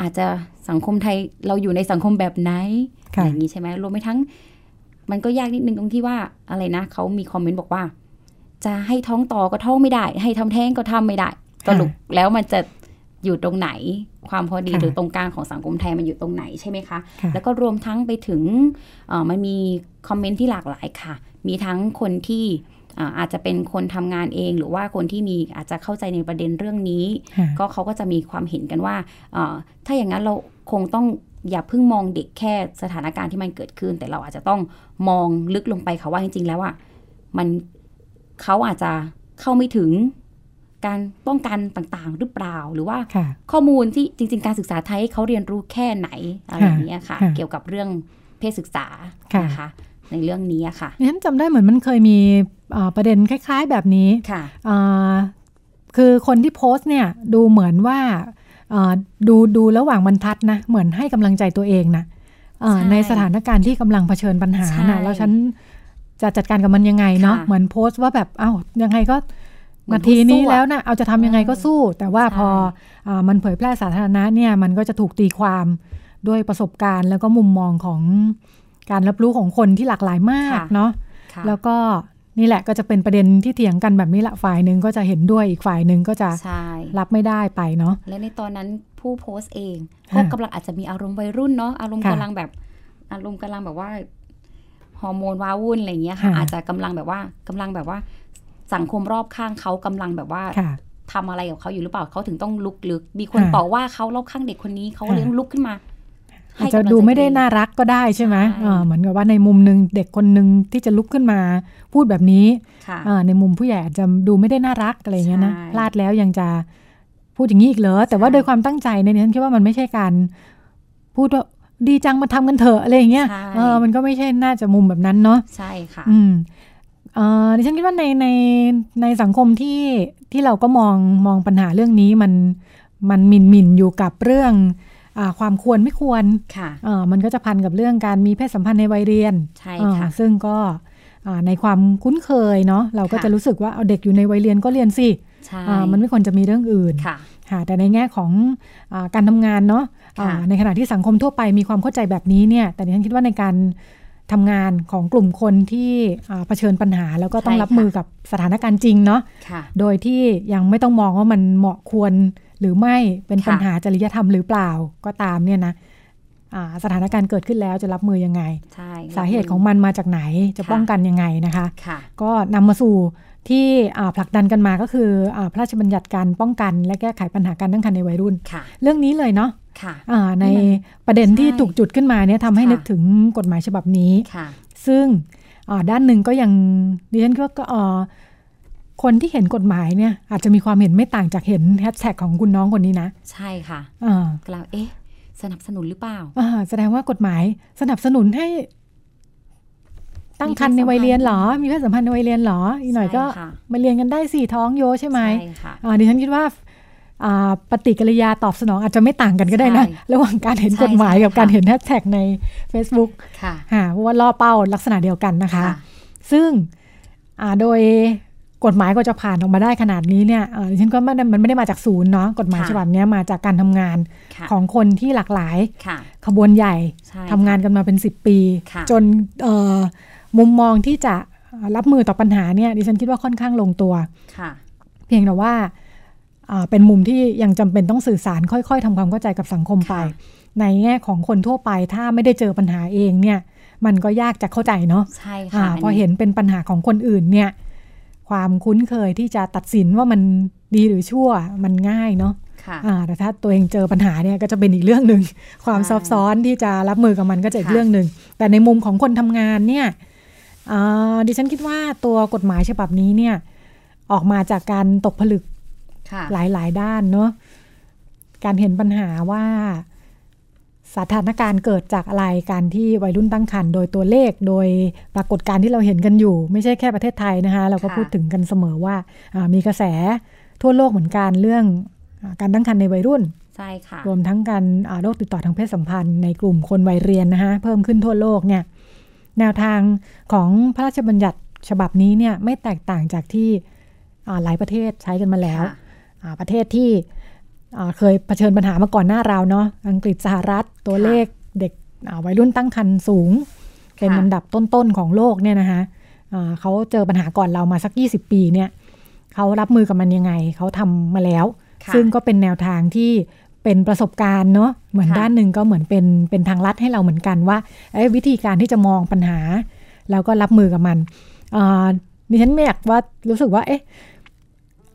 อาจจะสังคมไทยเราอยู่ในสังคมแบบไหนอะ
ค่ะ
ไรอย่างนี้ใช่ไหมรวมไปทั้ง มันก็ยากนิดนึงตรงที่ว่าอะไรนะเขามีคอมเมนต์บอกว่า จะให้ท้องต่อก็ท้องไม่ได้ ให้ทำแท้งก็ทำไม่ได้สรุปแล้วมันจะอยู่ตรงไหน ความพอดี
ค่ะ
หรือตรงกลางของสังคมไทยมันอยู่ตรงไหนใช่ไหมคะ
ค่ะ
แล้วก็รวมทั้งไปถึงเอ่อมันมีคอมเมนต์ที่หลากหลายค่ะ มีทั้งคนที่อ่าอาจจะเป็นคนทำงานเอง หรือว่าคนที่มีอาจจะเข้าใจในประเด็นเรื่องนี้
ค่ะ
ก็เขาก็จะมีความเห็นกันว่าเอ่อถ้าอย่างนั้นเราคงต้องอย่าเพิ่งมองเด็กแค่สถานการณ์ที่มันเกิดขึ้น แต่เราอาจจะต้องมองลึกลงไปค่ะว่าจริง ๆ แล้วอ่ะมันเขาอาจจะเข้าไม่ถึงการป้องกันต่างๆ หรือเปล่าหรือว่า
ค่ะ
ข้อมูลที่จริง ๆ การศึกษาไทยเขาเรียนรู้แค่ไหนอะไรอย่างเงี้ยค่ะ
ค่ะ
เกี่ยวกับเรื่องเพศศึกษา
ค่ะ
นะคะในเรื่องนี้อะค่ะ
ดิฉันจำได้เหมือนมันเคยมีเอ่อประเด็นคล้าย ๆ แบบนี้
ค่ะ
อ่าคือคนที่โพสต์เนี่ยดูเหมือนว่า เอ่อดูดูระหว่างบรรทัดนะ เหมือนให้กำลังใจตัวเองนะเอ่อ
ใช่
ในสถานการณ์ที่กำลังเผชิญปัญหานะ
ใช่
แล้วฉันจะจัดการกับมันยังไงเนาะ
ค่ะ
เหมือนโพสต์ว่าแบบเอ้ายังไงก็
เหมือน
นา
พูด
ทีนี้
สู้อะ
แล้วนะเอาจะทำยังไงก็สู้ แต่ว่า
ใช่
พอเออมันเผยแพร่สาธารณะเนี่ยมันก็จะถูกตีความด้วยประสบการณ์แล้วก็มุมมองของการรับรู้ของคนที่หลากหลายมากเนาะ
ค่ะ
แล้วก็นี่แหละก็จะเป็นประเด็นที่เถียงกันแบบนี้ละฝ่ายหนึ่งก็จะเห็นด้วยอีกฝ่ายหนึ่งก็จะ
ใช่
รับไม่ได้ไปเนาะ
และในตอนนั้นผู้โพสต์เอง
ฮะ
ก็กำลังอาจจะมีอารมณ์วัยรุ่นเนาะอารมณ์
ค่ะ
กำลังแบบอารมณ์กำลังแบบว่าฮอร์โมนว้าวุ่นอะไรอย่างเงี้ยค่ะ
ค่ะ
อาจจะกำลังแบบว่ากำลังแบบว่าสังคมรอบข้างเขากำลังแบบว่า
ค่ะ
ทำอะไรกับเขาอยู่หรือเปล่าเขาถึงต้องลุกลึก มีคน
ค่ะ
ต่อว่าเขารอบข้างเด็กคนนี้เขาเลย
ค่ะ
ต้องลุกขึ้นมา
อาจ
ให้
จะ
กำลังใจ
ดูไม่ได้
ตัวเอง
น่ารักก็ได้ใช่ไหม
ใช่
เอ่อเหมือนกับว่าในมุมหนึ่งเด็กคนหนึ่งที่จะลุกขึ้นมาพูดแบบนี้
ค่ะ
เอ่อในมุมผู้ใหญ่อาจจะดูไม่ได้น่ารักอะไรอย่างเงี้ยนะ
ใช่
พลาดแล้วยังจะพูดอย่างนี้อีกเหรอแต่ว่า
ใช่
โดยความตั้งใจในยฉันคิดว่ามันไม่ใช่การพูดว่าดีจังมาทำกันเถอะอะไรอย่างเงี้ย
ใช่
เออมันก็ไม่ใช่น่าจะมุมแบบนั้นเนาะ
ใช่ค่ะ
อืมเอ่อดิฉันคิดว่าในในในสังคมที่ที่เราก็มองมองปัญหาเรื่องนี้มันมันหมิ่นหมิ่นอยู่กับเรื่องอาความควรไม่ควร
ค่ะ
เอ่อมันก็จะพันกับเรื่องการมีเพศสัมพันธ์ในวัยเรียน
ใช่
เอ่อ
ค่ะ
ซึ่งก็อ่าในความคุ้นเคยเนาะเราก็
ค่ะ
จะรู้สึกว่าเอาเด็กอยู่ในวัยเรียนก็เรียนสิ
ใช่
อ่ามันไม่ควรจะมีเรื่องอื่น
ค่ะ
ค่ะแต่ในแง่ของอาการทำงานเนาะ
ค่ะ
ะในขณะที่สังคมทั่วไปมีความเข้าใจแบบนี้เนี่ย แต่ดิฉันคิดว่าในการทำงานของกลุ่มคนที่อ่าเผชิญปัญหา แล้วก็ต้องรับมือกับสถานการณ์จริงเนาะ
ค่ะ
โดยที่ยังไม่ต้องมองว่ามันเหมาะควรหรือไม่เป็น
ค่ะ
ปัญหาจริยธรรมหรือเปล่าก็ตามเนี่ยนะอ่าสถานการณ์เกิดขึ้นแล้วจะรับมือยังไง
ใช่
สาเหตุของมันมาจากไหนจะป้องกันยังไงนะคะ
ค่ะ
ก็นำมาสู่ที่อ่าผลักดันกันมาก็คืออาพระราชบัญญัติการป้องกันและแก้ไขปัญหาการตั้งครรภ์ในวัยรุ่น
ค่ะ
เรื่องนี้เลยเนาะ
ค่ะ
อ่าในประเด็นที่
ใช่
ถูกจุดขึ้นมาเนี่ยทำให้
ค่ะ
นึกถึงกฎหมายฉบับนี้
ค่ะ
ซึ่งอ่าด้านหนึ่งก็ยังดิฉันคิดว่าก็อ่าคนที่เห็นกฎหมายเนี่ยอาจจะมีความเห็นไม่ต่างจากเห็นแฮชแท็กของคุณน้องคนนี้นะ
ใช่ค่ะ
อ่าก
ล่าวเอ๊ะ สนับสนุนหรือเปล่า
อ่าแสดงว่ากฎหมายสนับสนุนให้ ตั้งครรภ์ในวัยเรียนเหรอ มีเพศสัมพันธ์ในวัยเรียนเหรออีกหน่อยก็
ใช่ค่ะ
มาเรียนกันได้สี่ท้องโยใช่ไหม
ใช่ค่ะ
อ่าดิฉันคิดว่าอ่าปฏิกิริยาตอบสนองอาจจะไม่ต่างกันก็ได้นะ
ใช่
ระหว่างการเห็น
ใช่
กฎหมาย
ใช่
กับ
ค่ะ
การเห็นแฮชแท็กใน Facebook
ค่ะ
ค่ะเพราะว่าล่อเป้าลักษณะเดียวกันนะคะ ซึ่งอ่าโดยกฎหมายก็จะผ่านออกมาได้ขนาดนี้เนี่ยอ่าดิฉันก็ไม่ได้มันไม่ได้มาจากศูนย์เนาะกฎหมาย
ค่ะ
ฉบับเนี้ยมาจากการทำงาน
ค่ะ
ของคนที่หลากหลาย
ค่ะ
ขบวนใหญ่
ใช่
ทำงานกันมาเป็น 10 ปี
ค่ะ
จนเอ่อมุมมองที่จะรับมือต่อปัญหาเนี่ยดิฉันคิดว่าค่อนข้างลงตัว
ค่ะ
เพียงแต่ว่าอ่าเป็นมุมที่ยังจำเป็นต้องสื่อสารค่อยๆทำความเข้าใจกับสังคมไป ในแง่ของคนทั่วไปถ้าไม่ได้เจอปัญหาเองเนี่ย มันก็ยากจะเข้าใจเนาะ
ใช่
อ่า
ค่ะ
พอเห็นเป็นปัญหาของคนอื่นเนี่ย ความคุ้นเคยที่จะตัดสินว่ามันดีหรือชั่วมันง่ายเนาะ
ค่ะ
อ่าแต่ถ้าตัวเองเจอปัญหาเนี่ยก็จะเป็นอีกเรื่องห [laughs] นึ่งความ
ใช่
ซับซ้อนที่จะรับมือกับมันก็จะอีก
ค่ะ
เรื่องหนึ่งแต่ในมุมของคนทำงานเนี่ยอ่าดิฉันคิดว่าตัวกฎหมายฉบับนี้เนี่ย ออกมาจากการตกผลึก
ค่ะ
หลายหลายๆด้านเนอะการเห็นปัญหาว่าสถานการณ์เกิดจากอะไร การที่วัยรุ่นตั้งครรภ์โดยตัวเลข โดยปรากฏการณ์ที่เราเห็นกันอยู่ ไม่ใช่แค่ประเทศไทยนะคะ เราก็
ค่ะ
พูดถึงกันเสมอว่าอ่ามีกระแสทั่วโลกเหมือนกันเรื่องอาการตั้งครรภ์ในวัยรุ่น
ใช่ค่ะ
รวมทั้งการอ่าโรคติดต่อทางเพศสัมพันธ์ในกลุ่มคนวัยเรียนนะคะเพิ่มขึ้นทั่วโลกเนี่ยแนวทางของพระราชบัญญัติฉบับนี้เนี่ยไม่แตกต่างจากที่อ่าหลายประเทศใช้กันมาแล้ว
ค่ะ
อ่าประเทศที่อ่าเคยเผชิญปัญหามาก่อนหน้าเราเนาะอังกฤษสหรัฐตัวเลขเด็กอ่าวัยรุ่นตั้งครรภ์สูง เป็นลำดับต้นๆของโลกเนี่ยนะคะอ่าเขาเจอปัญหาก่อนเรามาสัก 20 ปีเนี่ยเขารับมือกับมันยังไง เขาทำมาแล้ว
ค่ะ
ซึ่งก็เป็นแนวทางที่เป็นประสบการณ์เนาะเหมือน
ค่ะ
ด้านหนึ่งก็เหมือนเป็นเป็นทางลัดให้เราเหมือนกันว่าเอ้ยวิธีการที่จะมองปัญหา แล้วก็รับมือกับมันอ่าดิฉันไม่อยากว่ารู้สึกว่าเอ๊ะ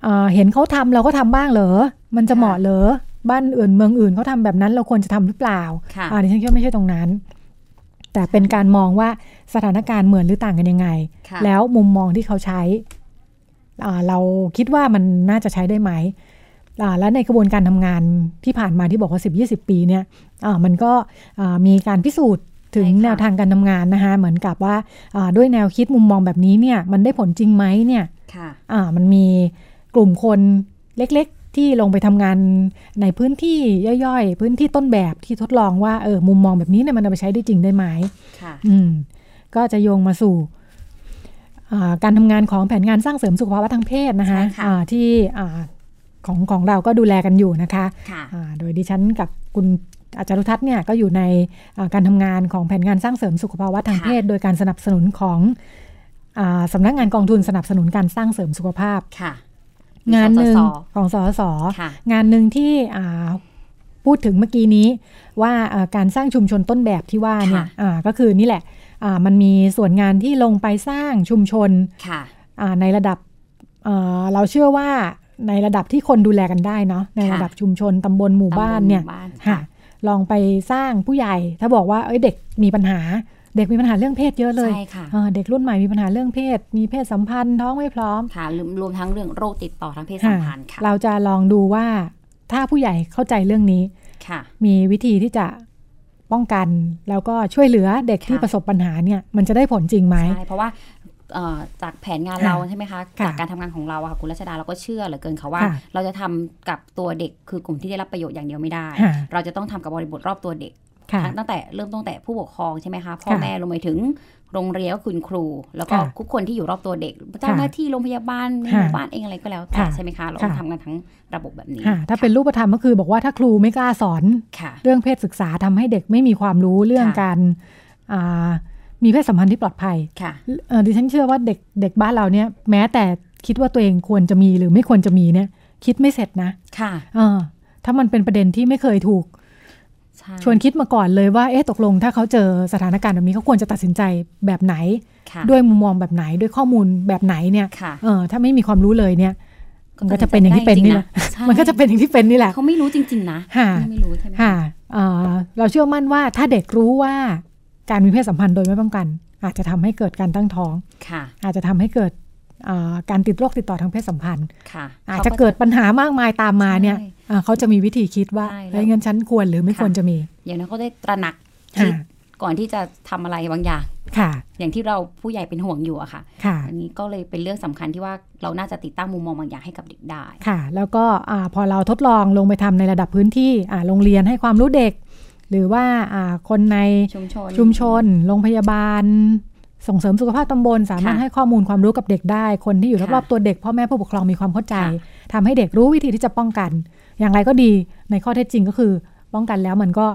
อ่าเห็นเขาทำเราก็ทำบ้างเหรอ มันจะเหมาะเหรอบ้านอื่นเมืองอื่นเขาทำแบบนั้นเราควรจะทำหรือเปล่า
ค่ะ
อ่าดิฉันคิดว่าไม่ใช่ตรงนั้น แต่เป็นการมองว่าสถานการณ์เหมือนหรือต่างกันยังไง
ค่ะ
แล้วมุมมองที่เขาใช้อ่าเราคิดว่ามันน่าจะใช้ได้ไหมอ่าและในกระบวนการทำงานที่ผ่านมาที่บอกว่า 10 20 ปีเนี่ยอ่ามันก็อ่ามีการพิสูจน์ถึง
ใช่ค่ะ
แนวทางการทำงานนะคะเหมือนกับว่าอ่าด้วยแนวคิดมุมมองแบบนี้เนี่ยมันได้ผลจริงไหมเนี่ย
ค่ะ
อ่ามันมีกลุ่มคนเล็ก ที่ลงไปทำงานในพื้นที่ย่อยๆ พื้นที่ต้นแบบที่ทดลองว่าเออมุมมองแบบนี้เนี่ยมันเอาไปใช้ได้จริงได้ไหม
ค่ะ
อืมก็จะโยงมาสู่อ่าการทำงานของแผนงานสร้างเสริมสุขภาวะทางเพศนะคะ
ใช่ค่ะ
อ่าที่อ่าของของเราก็ดูแลกันอยู่นะคะ
ค่ะ
อ่าโดยดิฉันกับคุณอาจารย์รุทัศน์เนี่ยก็อยู่ในอ่าการทำงานของแผนงานสร้างเสริมสุขภาวะทาง
ค่ะ
เพศ โดยการสนับสนุนของอาสำนักงานกองทุนสนับสนุนการสร้างเสริมสุขภาพ
ค่ะ
งานหนึ่ง
สส
ของสส
ค่ะ
งานหนึ่งที่อ่าพูดถึงเมื่อกี้นี้ว่าเอ่อการสร้างชุมชนต้นแบบที่ว่าเนี่ย
ค่ะ
อ่าก็คือนี่แหละอ่ามันมีส่วนงานที่ลงไปสร้างชุมชน
ค่ะ
อ่าในระดับเอ่อเราเชื่อว่าในระดับที่คนดูแลกันได้เนาะในระดับชุมชนตำบลหมู่บ้านเนี่ย
ตำบลหมู่บ้าน
ค่ะลองไปสร้างผู้ใหญ่ ถ้าบอกว่าเอ้ยเด็กมีปัญหา เด็กมีปัญหาเรื่องเพศเยอะเลย
ใช่ค่ะ
เอ่อเด็กรุ่นใหม่มีปัญหาเรื่องเพศ มีเพศสัมพันธ์ท้องไม่พร้อม
ค่ะรวมรวมทั้งเรื่องโรคติดต่อทางเพศสัมพันธ์ค่ะ
เราจะลองดูว่าถ้าผู้ใหญ่เข้าใจเรื่องนี้
ค่ะ
มีวิธีที่จะป้องกันแล้วก็ช่วยเหลือเด็กที่
ค่ะ
ประสบปัญหาเนี่ย มันจะได้ผลจริงไหม
ใช่ เพราะว่าเอ่อจากแผนงานเรา
ค่ะ
ใช่ไหมคะ
ค่ะ
จากการทำงานของเราอะค่ะคุณรัชดาเราก็เชื่อเหลือเกินค่ะว่า
ค่ะ
เราจะทำกับตัวเด็กคือกลุ่มที่ได้รับประโยชน์อย่างเดียวไม่ได้
ค่ะ
เราจะต้องทำกับบริบทรอบตัวเด็ก
ค่ะ
ทั้งตั้งแต่เริ่มตั้งแต่ผู้ปกครองใช่ไหมคะพ่อ
ค่ะ
แม่รวมไปถึงโรงเรียนก็คุณครู แล้วก็
ค่ะ
ทุกคนที่อยู่รอบตัวเด็กเจ้าหน้าที่โรงพยาบาลในหมู่บ้านเองอะไรก็แล้วแต่
ค่ะ
ใช่ไหมคะเราต้อง
ค่ะ
ทำกันทั้งระบบแบบนี้
ค่ะ ถ้าเป็นรูปธรรมก็คือบอกว่าถ้าครูไม่กล้าสอน
ค่ะ
เรื่องเพศศึกษาทำให้เด็กไม่มีความรู้เรื่อง
ค่ะ
การอ่ามีเพศสัมพันธ์ที่ปลอดภัย
ค่ะ
เอ่อดิฉันเชื่อว่าเด็กเด็กบ้านเราเนี่ยแม้แต่คิดว่าตัวเองควรจะมีหรือไม่ควรจะมีเนี่ย คิดไม่เสร็จนะ
ค่ะ
เออถ้ามันเป็นประเด็นที่ไม่เคยถูก
ใช่
ชวนคิดมาก่อนเลยว่าเอ๊ะตกลงถ้าเขาเจอสถานการณ์แบบนี้เขาควรจะตัดสินใจแบบไหน
ค่ะ
ด้วยมุมมองแบบไหนด้วยข้อมูลแบบไหนเนี่ย
ค่ะ
เออถ้าไม่มีความรู้เลยเนี่ย มันก็
ตั
จะ
ดสิ
เป็น
น
อ
ใจ
ย่างที่เป็นนี่แหละ
ได้จริงนะใช่
มันก็จะเป็นอย่างที่เป็นนี่แหละ
เขาไม่รู้จริง ๆ นะ
ค่ะ
ไม่รู้ใช่ไหม
ค่ะเอ่อเราเชื่อมั่นว่าถ้าเด็กรู้ว่าการมีเพศสัมพันธ์โดยไม่ป้องกัน อาจจะทำให้เกิดการตั้งท้อง
ค่ะ
อาจจะทำให้เกิดเอ่อการติดโรคติดต่อทางเพศสัมพันธ์
ค่ะ
อาจ
ขา
จะ
ก็
เกิดปัญหามากมายตามมาเนี่ย
ใช่
เอ่อเขาจะมีวิธีคิดว่า
ใช่แล้ว
เฮ้ยงั้นฉันควรหรือไม่
ค่ะ
ควรจะมี
อย่างนั้นเขาได้ตระหนักคิ
ค่ะ
ดก่อนที่จะทำอะไรบางอย่าง
ค่ะ
อย่างที่เราผู้ใหญ่เป็นห่วงอยู่อะค่ะ
ค่ะ
อันนี้ก็เลยเป็นเรื่องสำคัญที่ว่าเราน่าจะติดตั้งมุมมองบางอย่างให้กับเด็กได้
ค่ะ แล้วก็อาพอเราทดลองลงไปทำในระดับพื้นที่อ่าโรงเรียนให้ความรู้เด็ก หรือว่าอ่าคนใน
ชุมชน
ชุมชน โรงพยาบาล ส่งเสริมสุขภาพตำบล สามารถ
ค่ะ
ให้ข้อมูลความรู้กับเด็กได้ คนที่อยู่
ค่ะ
รอบๆตัวเด็กพ่อแม่ผู้ปกครองมีความเข้าใจ
ค่ะ
ทำให้เด็กรู้วิธีที่จะป้องกัน อย่างไรก็ดีในข้อเท็จจริงก็คือ ป้องกันแล้วมันก็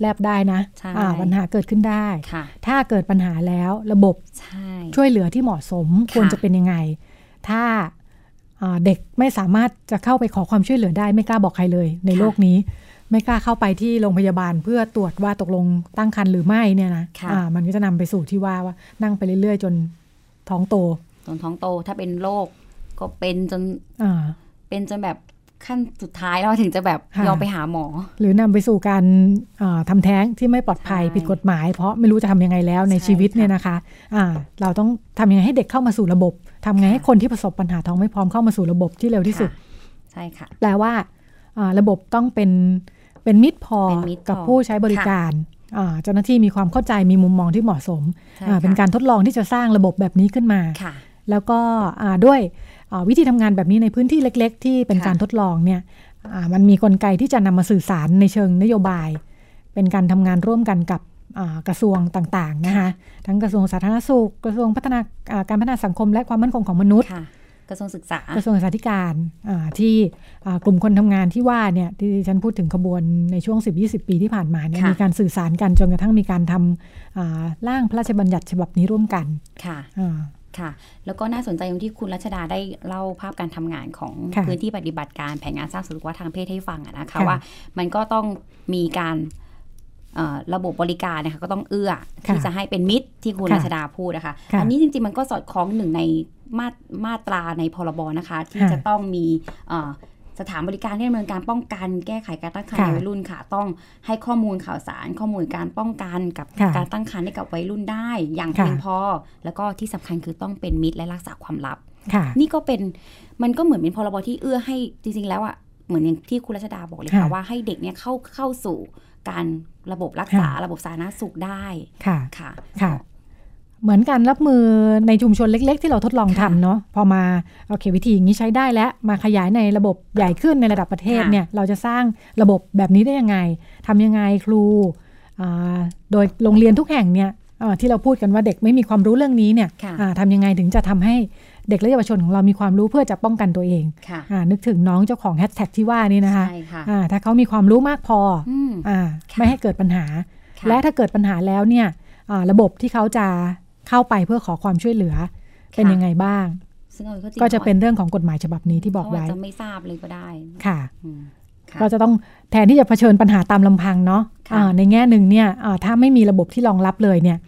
แลบได้นะ
ใช่
อ่าปัญหาเกิดขึ้นได้
ค่ะ
ถ้าเกิดปัญหาแล้วระบบ
ใช่
ช่วยเหลือที่เหมาะสม
ค่ะ
ควรจะเป็นยังไง ถ้าอ่าเด็กไม่สามารถจะเข้าไปขอความช่วยเหลือได้ ไม่กล้าบอกใครเลย ในโลกนี้ ไม่กล้าเข้าไปที่โรงพยาบาลเพื่อตรวจว่าตกลงตั้งครรภ์หรือไม่เนี่ยนะ
ค่ะ
อ่ามันก็จะนำไปสู่ที่ว่าว่านั่งไปเรื่อยๆ จนท้องโต
ตอนท้องโตถ้าเป็นโรคก็เป็นจน
อ่า
เป็นจนแบบขั้นสุดท้ายแล้วถึงจะแบบ
ค่ะ
ยอมไปหาหมอ
หรือนำไปสู่การอ่าทำาแท้งที่ไม่ปลอดภัย
ใช่
ผิดกฎหมาย เพราะไม่รู้จะทำยังไงแล้วใน
ใช่
ชีวิต
ค่ะ
เนี่ยนะคะอ่าเราต้องทำยังไงให้เด็กเข้ามาสู่ระบบทำไงให้
ค่ะ
คนที่ประสบปัญหาท้องไม่พร้อมเข้ามาสู่ระบบที่เร็วที่สุด
ค่ะใช่ค่ะ
แปลว่าอ่าระบบต้องเป็นเป็นมิตรพอ
เป็นมิตรพอ
กับผู้ใช้บริการอ่าเจ้าหน้าที่มีความเข้าใจมีมุมมองที่เหมาะสม
ใช่
อ่า
ค่ะ
เป็นการทดลองที่จะสร้างระบบแบบนี้ขึ้นมา
ค่ะ
แล้วก็อ่าด้วยอ่าวิธีทำงานแบบนี้ในพื้นที่เล็ก ๆ ที่เป็น
ค่ะ
การทดลองเนี่ยอ่ามันมีกลไกที่จะนำมาสื่อสารในเชิงนโยบาย เป็นการทำงานร่วมกันกับอ่ากระทรวงต่างๆนะคะ
ค่ะ
ทั้งกระทรวงสาธารณสุข กระทรวงพัฒนาอ่าการพัฒนาสังคม และความมั่นคงของมนุษย
ค่ะกระทรวงศึกษา
กระทรวงศึกษาธิการอ่าที่อ่ากลุ่มคนทำงานที่ว่าเนี่ยที่ดิฉันพูดถึงขบวนในช่วง 10-20 ปีที่ผ่านมาเนี่ย
ค่ะ
มีการสื่อสารกันจนกระทั่งมีการทำอ่าร่างพระราชบัญญัติฉบับนี้ร่วมกัน
ค่ะ
อ่า
ค่ะ แล้วก็น่าสนใจตรงที่คุณรัชดาได้เล่าภาพการทำงานของ
ค่ะ
พื้นที่ปฏิบัติการแผนงานสร้างสุขภาพทางเพศให้ฟังอะนะคะ
ค่ะ
ว่า มันก็ต้องมีการเอ่อระบบบริการนะคะก็ต้องเอื้อ
ค่ะ
ที่จะให้เป็นมิตรที่คุณ
ค่ะ
รัชดาพูดนะคะ
ค่ะ
อันนี้จริงๆมันก็สอดคล้องหนึ่งในมาตมาตราในพรบนะคะ ที่
ค่ะ
จะต้องมีเอ่อสถานบริการที่ดำเนินการป้องกันแก้ไขการตั้งครรภ์
ค่ะ
ในวัยรุ่นค่ะ ต้องให้ข้อมูลข่าวสาร ข้อมูลการป้องกันกับ
ค่ะ
การตั้งครรภ์ให้กับวัยรุ่นได้ อย่าง
ค่ะ
เพียงพอ แล้วก็ที่สำคัญคือต้องเป็นมิตรและรักษาความลับ
ค่ะ
นี่ก็เป็นมันก็เหมือนเป็นพรบที่เอื้อให้จริงๆแล้วอะ่ะเหมือนอย่างที่คุณรัชดาบอกเลยค่ะ
ค่ะ
ว่าให้เด็กเนี่ยเข้าเข้าสู่การระบบรักษาระบบสาธารณสุขได้
ค่ะ
ค่ะ
ค่ะ เหมือนการรับมือในชุมชนเล็ก ๆ ที่เราทดลองทำเนาะพอมาโอเควิธีอย่างนี้ใช้ได้แล้วมาขยายในระบบใหญ่ขึ้นในระดับประเทศ
ค่ะ
เนี่ยเราจะสร้างระบบแบบนี้ได้ยังไงทำยังไงครูอ่าโดยโรงเรียนทุกแห่งเนี่ยอ่าที่เราพูดกันว่าเด็กไม่มีความรู้เรื่องนี้เนี่ย
ค่ะ
อ่าทำยังไงถึงจะทำให้เด็กและเยาวชนของเรามีความรู้เพื่อจะป้องกันตัวเอง
ค่ะ
อ่านึกถึงน้องเจ้าของแฮชแท็กที่ว่านี่นะคะ
ใช่ค่ะ
อ่าถ้าเขามีความรู้มากพอ
อืม
อา
ค่ะ
ไม่ให้เกิดปัญหา
ค่
และถ้าเกิดปัญหาแล้วเนี่ยอ่าระบบที่เขาจะเข้าไปเพื่อขอความช่วยเหลือเป็นยังไงบ้าง
ซึ่งเอาริง
ก็จะ
ขา
เป็นเรื่องของกฎหมายฉบับนี้ที่บอก
เขาา
ไว้
จจะไม่ทราบเลยก็ได้
ค่ะ
อืมค่ะ
ก็จะต้องแทนที่จะเผชิญปัญหาตามลำพังเนาะ
ค่ะ
อ่าในแง่หนึ่งเนี่ยอ่าถ้าไม่มีระบบที่รองรับเลยเนี่ย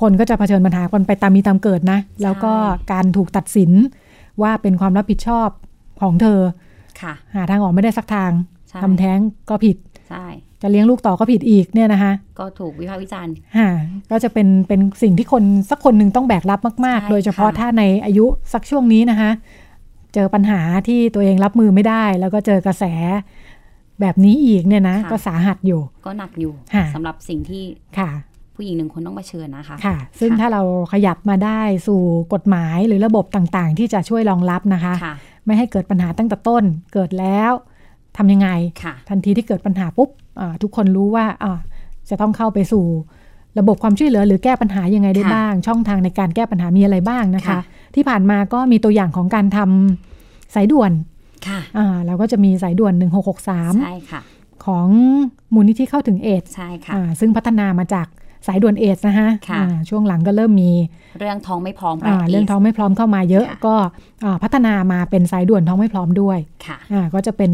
คนก็จะเผชิญปัญหากันไปตามมีตามเกิดนะ แล้วก็การถูกตัดสินว่าเป็นความรับผิดชอบของเธอ
ค่ะ
หาทางออกไม่ได้สักทาง
ใช่
ทำแท้งก็ผิด
ใช่
จะเลี้ยงลูกต่อก็ผิดอีกเนี่ยนะคะ
ก็ถูกวิพากษ์วิจารณ์
ค่ะก็จะเป็นเป็นสิ่งที่คนสักคนหนึ่งต้องแบกรับมาก
ใช่
ๆ โดยเฉพาะ
ค่ะ
ถ้าในอายุสักช่วงนี้นะคะ เจอปัญหาที่ตัวเองรับมือไม่ได้ แล้วก็เจอกระแสแบบนี้อีกเนี่ยนะก็สาหัสอยู่
ก็หนักอยู่
ค่ะ
สำหรับสิ่งที่
ค่ะ
ผู้หญิงหนึ่งคนต้องเผชิญนะคะ
ค่ะ ซึ่ง
ค่ะ
ถ้าเราขยับมาได้สู่กฎหมายหรือระบบต่างๆ ที่จะช่วยรองรับนะคะ
ค่ะ
ไม่ให้เกิดปัญหาตั้งแต่ต้นเกิดแล้วทำยังไง
ค่ะ
ทันทีที่เกิดปัญหาปุ๊บอ่าทุกคนรู้ว่าอ่าจะต้องเข้าไปสู่ระบบความช่วยเหลือหรือแก้ปัญหายังไงได้
ค่ะ
บ้าง ช่องทางในการแก้ปัญหามีอะไรบ้างนะคะ
ค่ะ
ที่ผ่านมาก็มีตัวอย่างของการทำสายด่วน
ค่ะ
อ่าเราก็จะมีสายด่วน
ใช่ค่ะ
1663 ของมูลนิธิเข้าถึงเอดส์
ใช่ค่ะ
อ่าซึ่งพัฒนามาจากสายด่วนเอดส์นะคะ
ค่ะ
อ่าช่วงหลังก็เริ่มมี
เรื่องท้องไม่พร้อม
อ่า
practice
เรื่องท้องไม่พร้อมเข้ามาเยอะ
ค่ะ
ก็อ่าพัฒนามาเป็นสายด่วนท้องไม่พร้อมด้วย
ค่ะ
อ่าก็จะเป็น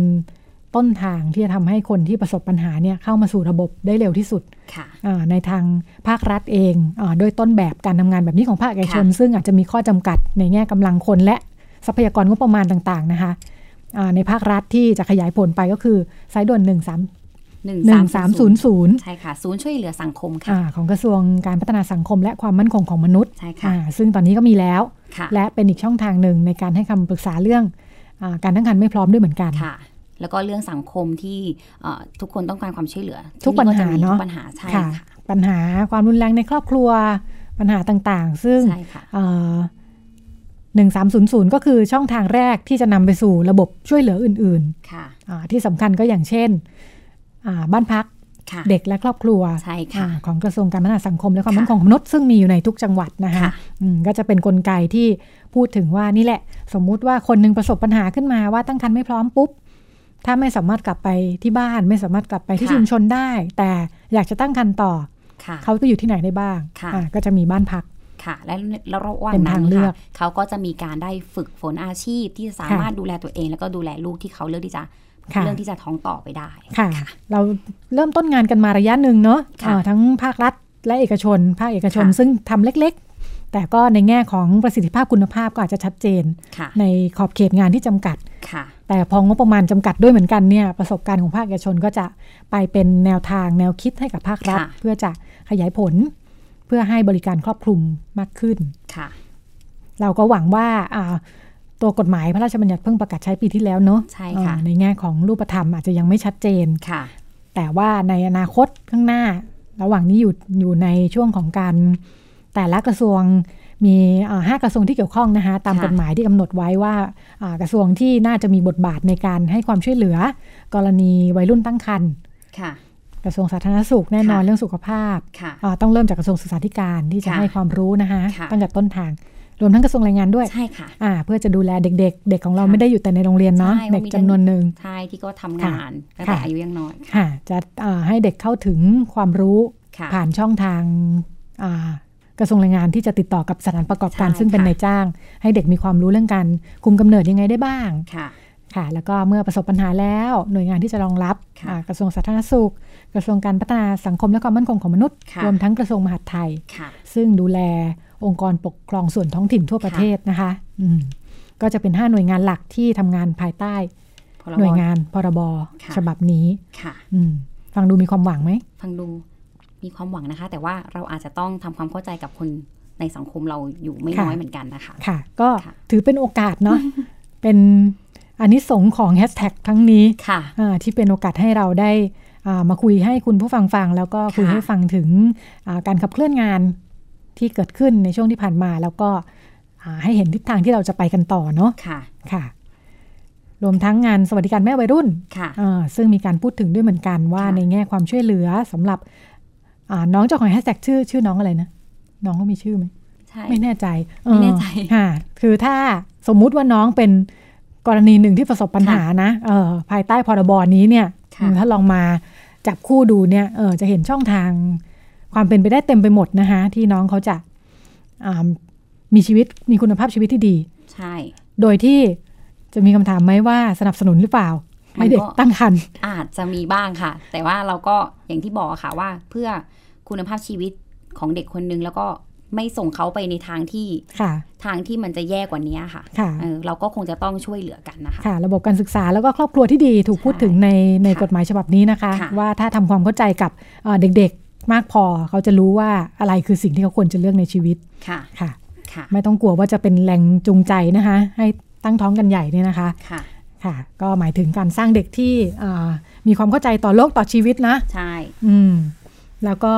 ต้นทางที่จะทำให้คนที่ประสบปัญหาเนี่ยเข้ามาสู่ระบบได้เร็วที่สุด
ค่ะ
อ่าในทางภาครัฐเองอาโดยต้นแบบการทำงานแบบนี้ของภาคเอกชน ซึ่งอาจจะมีข้อจำกัดในแง่กำลังคนและทรัพยากรงบประมาณต่างๆนะคะอ่าในภาครัฐที่จะขยายผลไปก็คือสายด่วน 1 3
หนึ่ง
1
สาม
3
ศูนย์
0 0
ใช่ค่ะ ศูนย์ช่วยเหลือสังคมค่ะ
อ่าของกระทรวงการพัฒนาสังคมและความมั่นคงของมนุษย์
ใช่ค่ะ
อ่าซึ่งตอนนี้ก็มีแล้ว
ค่ะ
และเป็นอีกช่องทางหนึ่งในการให้คำปรึกษาเรื่องอาการตั้งครรภ์ไม่พร้อมด้วยเหมือนกัน
ค่ะ แล้วก็เรื่องสังคมที่เอ่อทุกคนต้องการความช่วยเหลือ
ทุกปัญหา
ที่
เน
ทุ
อะ
กปัญหาใช่
ค่ะ
ค่ะ
ปัญหาความรุนแรงในครอบครัวปัญหาต่างๆ ซึ่ง
ใช่ค่ะ
หนึ่งสามศูนย์ศูนย์ก็คือช่องทางแรกที่จะนำไปสู่ระบบช่วยเหลืออื่น
ค่ะ
ๆอ่าที่สำคัญก็อย่างเช่นอ่าบ้านพัก
ค่ะ
เด็กและครอบครัว
ใช่
อ่า
ค่ะ
ของกระทรวงการพัฒนาสังคมและความ
ค่ะ
มั่นคงของมนุษย์ซึ่งมีอยู่ในทุกจังหวัดนะคะ
ค่ะ
อืมก็จะเป็นนกลไกที่พูดถึงว่านี่แหละ สมมุติว่าคนหนึ่งประสบปัญหาขึ้นมาว่าตั้งครรภ์ไม่พร้อมปุ๊บถ้าไม่สามารถกลับไปที่บ้านไม่สามารถกลับไปที่ชุมชนได้ แต่อยากจะตั้งครรภ์ต่อ
ค่ะ
เขาจะอยู่ที่ไหนได้บ้าง
ค่ะ
อ่าก็จะมีบ้านพัก
ค่ะ และแล้วระหว่า
เป็
ง
น
นั้
ทาน งเลือ
ค่ะ
ก
เขาก็จะมีการได้ฝึกฝนอาชีพที่จะสามารถดูแลตัวเอง แล้วก็ดูแลลูกที่เขาเลือกที่จะ
ค่ะ
เลือกที่จะท้องต่อไปได้
ค่ะ เราเริ่มต้นงานกันมาระยะหนึ่งเนาะ
ค่ะ
อ่าทั้งภาครัฐและเอกชน ภาคเอกชน
ค่ะ
ซึ่งทำเล็กๆ แต่ก็ในแง่ของประสิทธิภาพคุณภาพก็อาจจะชัดเจน
ค่ะ
ในขอบเขตงานที่จำกัด
ค่ะ
แต่พองบประมาณจำกัดด้วยเหมือนกันเนี่ยประสบการณ์ของภาคเอกชนก็จะไปเป็นแนวทางแนวคิดให้กับภาครัฐ
ค่ะ
เพื่อจะขยายผล เพื่อให้บริการครอบคลุมมากขึ้น
ค่ะ
เราก็หวังว่าอ่าตัวกฎหมายพระราชบัญญัติเพิ่งประกาศใช้ปีที่แล้วเนอะ
ใช่ค่ะ
อ่าในแง่ของรูปธรรมอาจจะยังไม่ชัดเจน
ค่ะ
แต่ว่าในอนาคตข้างหน้า ระหว่างนี้อยู่อยู่ในช่วงของการแต่ละกระทรวงมีอ่าห้ากระทรวงที่เกี่ยวข้องนะคะตาม
ค่ะ
กฎหมายที่กำหนดไว้ว่าอ่ากระทรวงที่น่าจะมีบทบาทในการให้ความช่วยเหลือ กรณีวัยรุ่นตั้งครรภ์
ค่ะ
กระทรวงสาธารณสุขแน่นอน
ค่ะ
เรื่องสุขภาพ
ค่ะ
อ่าต้องเริ่มจากกระทรวงศึกษาธิการที่จะ
ค่ะ
ให้ความรู้นะคะ
ค่ะ
ตั้งแต่ต้นทาง รวมทั้งกระทรวงแรงงานด้วย
ใช่ค่ะ
อ่าเพื่อจะดูแลเด็กๆ เด็กของเรา
ค่ะ
ไม่ได้อยู่แต่ในโรงเรียนเนาะ
ใช่
เด็ก
มีเด็
จำ
ก
นวนหนึ่ง
ใช่ที่ก็ทำงานตั้งแต่
ค่ะ
อายุยังน้อย
ค่ะจะอ่าให้เด็กเข้าถึงความรู้
ค่ะ
ผ่านช่องทางอ่ากระทรวงแรงงานที่จะติดต่อกับสถานประกอบการ
ใช่
ซึ่งเป็น
ค่ะ
นายจ้าง ให้เด็กมีความรู้เรื่องการคุมกำเนิดยังไงได้บ้าง
ค่ะ
ค่ะ แล้วก็เมื่อประสบปัญหาแล้วหน่วยงานที่จะรองรับ
ค่ะ
อ่ากระทรวงสาธารณสุข กระทรวงการพัฒนาสังคมและความมั่นคงของมนุษย์
ค่ะ
รวมทั้งกระทรวงมหาดไทย
ค่ะ
ซึ่งดูแลองค์กรปกครองส่วนท้องถิ่นทั่วประ
ค่ะ
เทศนะคะอืมก็จะเป็น 5 หน่วยงานหลักที่ทำงานภายใต้
พรบ
หน่วยงานพรบ
ค่ะ
ฉบับนี้
ค่ะ
อืมฟังดูมีความหวังไหม
ฟังดูมีความหวังนะคะ แต่ว่าเราอาจจะต้องทำความเข้าใจกับคนในสังคมเราอยู่ไม่
ค่ะ
น้อยเหมือนกันนะคะ
ค่ะ ก็
ค่ะ
ถือเป็นโอกาสเนาะ
[laughs]
เป็นอันนี้สงส์ของแฮชแท็กครั้งนี้
ค่ะ
อ่าที่เป็นโอกาสให้เราได้อ่ามาคุยให้คุณผู้ฟังฟัง แล้วก็คุย
ค่ะ
ให้ฟังถึงอ่าการขับเคลื่อนงาน ที่เกิดขึ้นในช่วงที่ผ่านมาแล้วก็อ่าให้เห็นทิศทางที่เราจะไปกันต่อเนาะ
ค่ะ
ค่ะ รวมทั้งงานสวัสดิการแม่วัยรุ่น
ค่ะ
อ่าซึ่งมีการพูดถึงด้วยเหมือนกันว่า
ค่ะ
ในแง่ความช่วยเหลือสำหรับอ่าน้องเจ้าของแฮชแท็กชื่อชื่อน้องอะไรนะ น้องก็มีชื่อไหม
ใช่
ไม่แน่ใจ
ไม่แน่ใจ
เออค่ะ คือถ้าสมมุติว่าน้องเป็นกรณีหนึ่งที่ประสบปัญหานะเออภายใต้พรบนี้เนี่ย
ค่ะ
ถ้าลองมาจับคู่ดูเนี่ยเออจะเห็นช่องทางความเป็นไปได้เต็มไปหมดนะคะที่น้องเขาจะอ่ามีชีวิตมีคุณภาพชีวิตที่ดี
ใช่
โดยที่จะมีคำถามไหมว่าสนับสนุนหรือเปล่าให้เด็กตั้งคร
[laughs]
รภ์
อาจจะมีบ้างค่ะ แต่ว่าเราก็อย่างที่บอกอะค่ะว่าเพื่อคุณภาพชีวิตของเด็กคนนึงแล้วก็ไม่ส่งเขาไปในทางที่
ค่ะ
ทางที่มันจะแย่กว่านี้ค่ะ
ค่ะ
เออเราก็คงจะต้องช่วยเหลือกันนะคะ
ค่ะ ระบบการศึกษาแล้วก็ครอบครัวที่ดีถูก
ใช่
พูดถึงในใน
ค่ะ
กฎหมายฉบับนี้นะคะ
ค่ะ
ว่าถ้าทำความเข้าใจกับเอ่อเด็กๆ มากพอเขาจะรู้ว่าอะไรคือสิ่งที่เขาควรจะเลือกในชีวิต
ค่ะ
ค่ะ
ค่ะ
ไม่ต้องกลัวว่าจะเป็นแรงจูงใจนะคะ ให้ตั้งท้องกันใหญ่เนี่ยนะคะ
ค่ะ
ค่ะ ก็หมายถึงการสร้างเด็กที่เอ่อมีความเข้าใจต่อโลกต่อชีวิตนะ
ใช่
อืม แล้วก็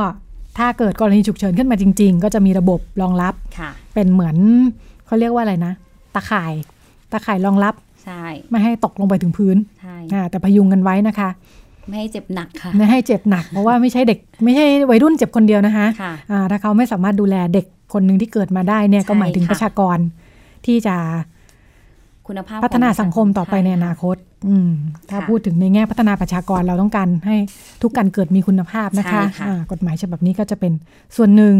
ถ้าเกิดกรณีฉุกเฉินขึ้นมาจริง ๆ ก็จะมีระบบรองรับ
ค่ะ
เป็นเหมือนเขาเรียกว่าอะไรนะ ตะข่าย ตะข่ายรองรับ
ใช่
ไม่ให้ตกลงไปถึงพื้น
ใช่
อ่าแต่พยุงกันไว้นะคะ
ไม่ให้เจ็บหนักค่ะ
ไม่ให้เจ็บหนัก เพราะว่าไม่ใช่เด็ก ไม่ใช่วัยรุ่นเจ็บคนเดียวนะคะ
ค่ะ
อ่าถ้าเขาไม่สามารถดูแลเด็กคนหนึ่งที่เกิดมาได้เนี่ย
ใช่
ก็หมายถึง
ค่ะ
ประชากรที่จะ
คุณภาพ
พัฒนาสังคมต่อไปในอนา
คต
คต อืม ถ้า
ค่ะ
พูดถึงในแง่พัฒนาประชากรเราต้องการให้ทุกการเกิดมีคุณภาพนะคะ
ใช่ค่ะ
อ่ากฎหมายฉบับนี้ก็จะเป็นส่วนหนึ่ง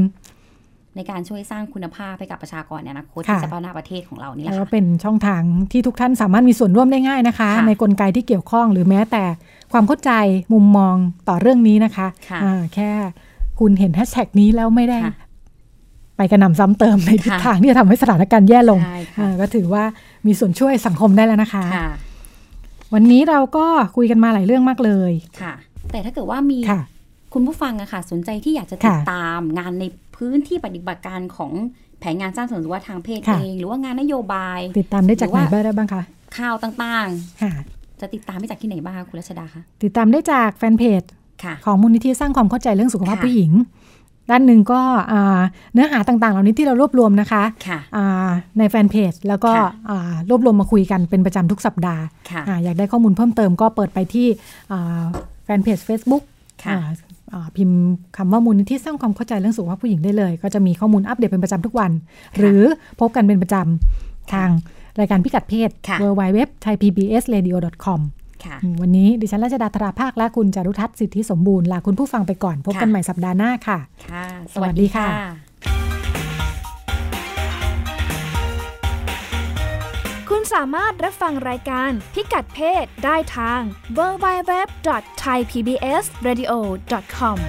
ในการช่วยสร้างคุณภาพให้กับประชากรในอนาคต
ค่ะ
ที่จะพัฒนาประเทศของเรานี่แห
แล้
ละ
วก็
ค่ะ
เป็นช่องทางที่ทุกท่านสามารถมีส่วนร่วมได้ง่ายนะคะ
ค่ะ
ในกลไกที่เกี่ยวข้องหรือแม้แต่ความเข้าใจมุมมองต่อเรื่องนี้นะคะ
ค่ะ
อ่าแค่คุณเห็นแฮชแท็กนี้แล้วไม่ได้
ค่ะ
ไปกระหน่ำซ้ำเติมในทิศ
ค่ะ
ทางที่จะทำให้สถานการณ์แย่ลง
ใช่ค่ะ
อ่าก็ถือว่ามีส่วนช่วยสังคมได้แล้วนะคะ
ค่ะ
วันนี้เราก็คุยกันมาหลายเรื่องมากเลย
ค่ะ แต่ถ้าเกิดว่ามี
ค่ะ
คุณผู้ฟังอะค่ะ สนใจที่อยากจะติด
ค่ะ
ตามงานในพื้นที่ปฏิบัติการของแผนงานสร้างเสริมสุขภาพทางเพศ
ค่ะ
เอง หรือว่างานนโยบาย
ติดตามได้จาก
ห
ไห
รื
น
อว่า
บ้างได้บ้างคะ
ข่าวต่าง
ค่ะ
ๆ จะติดตามได้จากที่ไหนบ้างคะคุณรัชดาคะ
ติดตามได้จากแฟนเพจ
ค่ะ
ของมูลนิธิสร้างความเข้าใจเรื่องสุขภาพ
ค่ะ
ผู้หญิง ด้านหนึ่งก็อ่าเนื้อหาต่างๆ เหล่านี้ที่เรารวบรวมนะคะ
ค่ะ
อ่าในแฟนเพจแล้วก็
ค่ะ
อ่ารวบรวมมาคุยกันเป็นประจำทุกสัปดาห์
ค่ะ
อ่าอยากได้ข้อมูลเพิ่มเติมก็เปิดไปที่อ่าแฟนเพจ Facebook
ค่ะ
อ่าอ่าพิมพ์คำว่ามูลนิธิสร้างความเข้าใจเรื่องสุขภาพผู้หญิงได้เลย ก็จะมีข้อมูลอัปเดตเป็นประจำทุกวัน หรือพบกันเป็นประจำทางรายการพิกัดเพศ
ค่ะ
www thaipbsradio com
ค่ะ
วันนี้ดิฉันราชดาธราภาคและคุณจารุทัศน์สิทธิสมบูรณ์ลาคุณผู้ฟังไปก่อน พบกัน
ค่ะ
ใหม่สัปดาห์หน้าค่ะ
ค่ะ
สวัสดีค่ะ
คุณสามารถรับฟังรายการพิกัดเพศได้ทาง www.thaipbsradio.com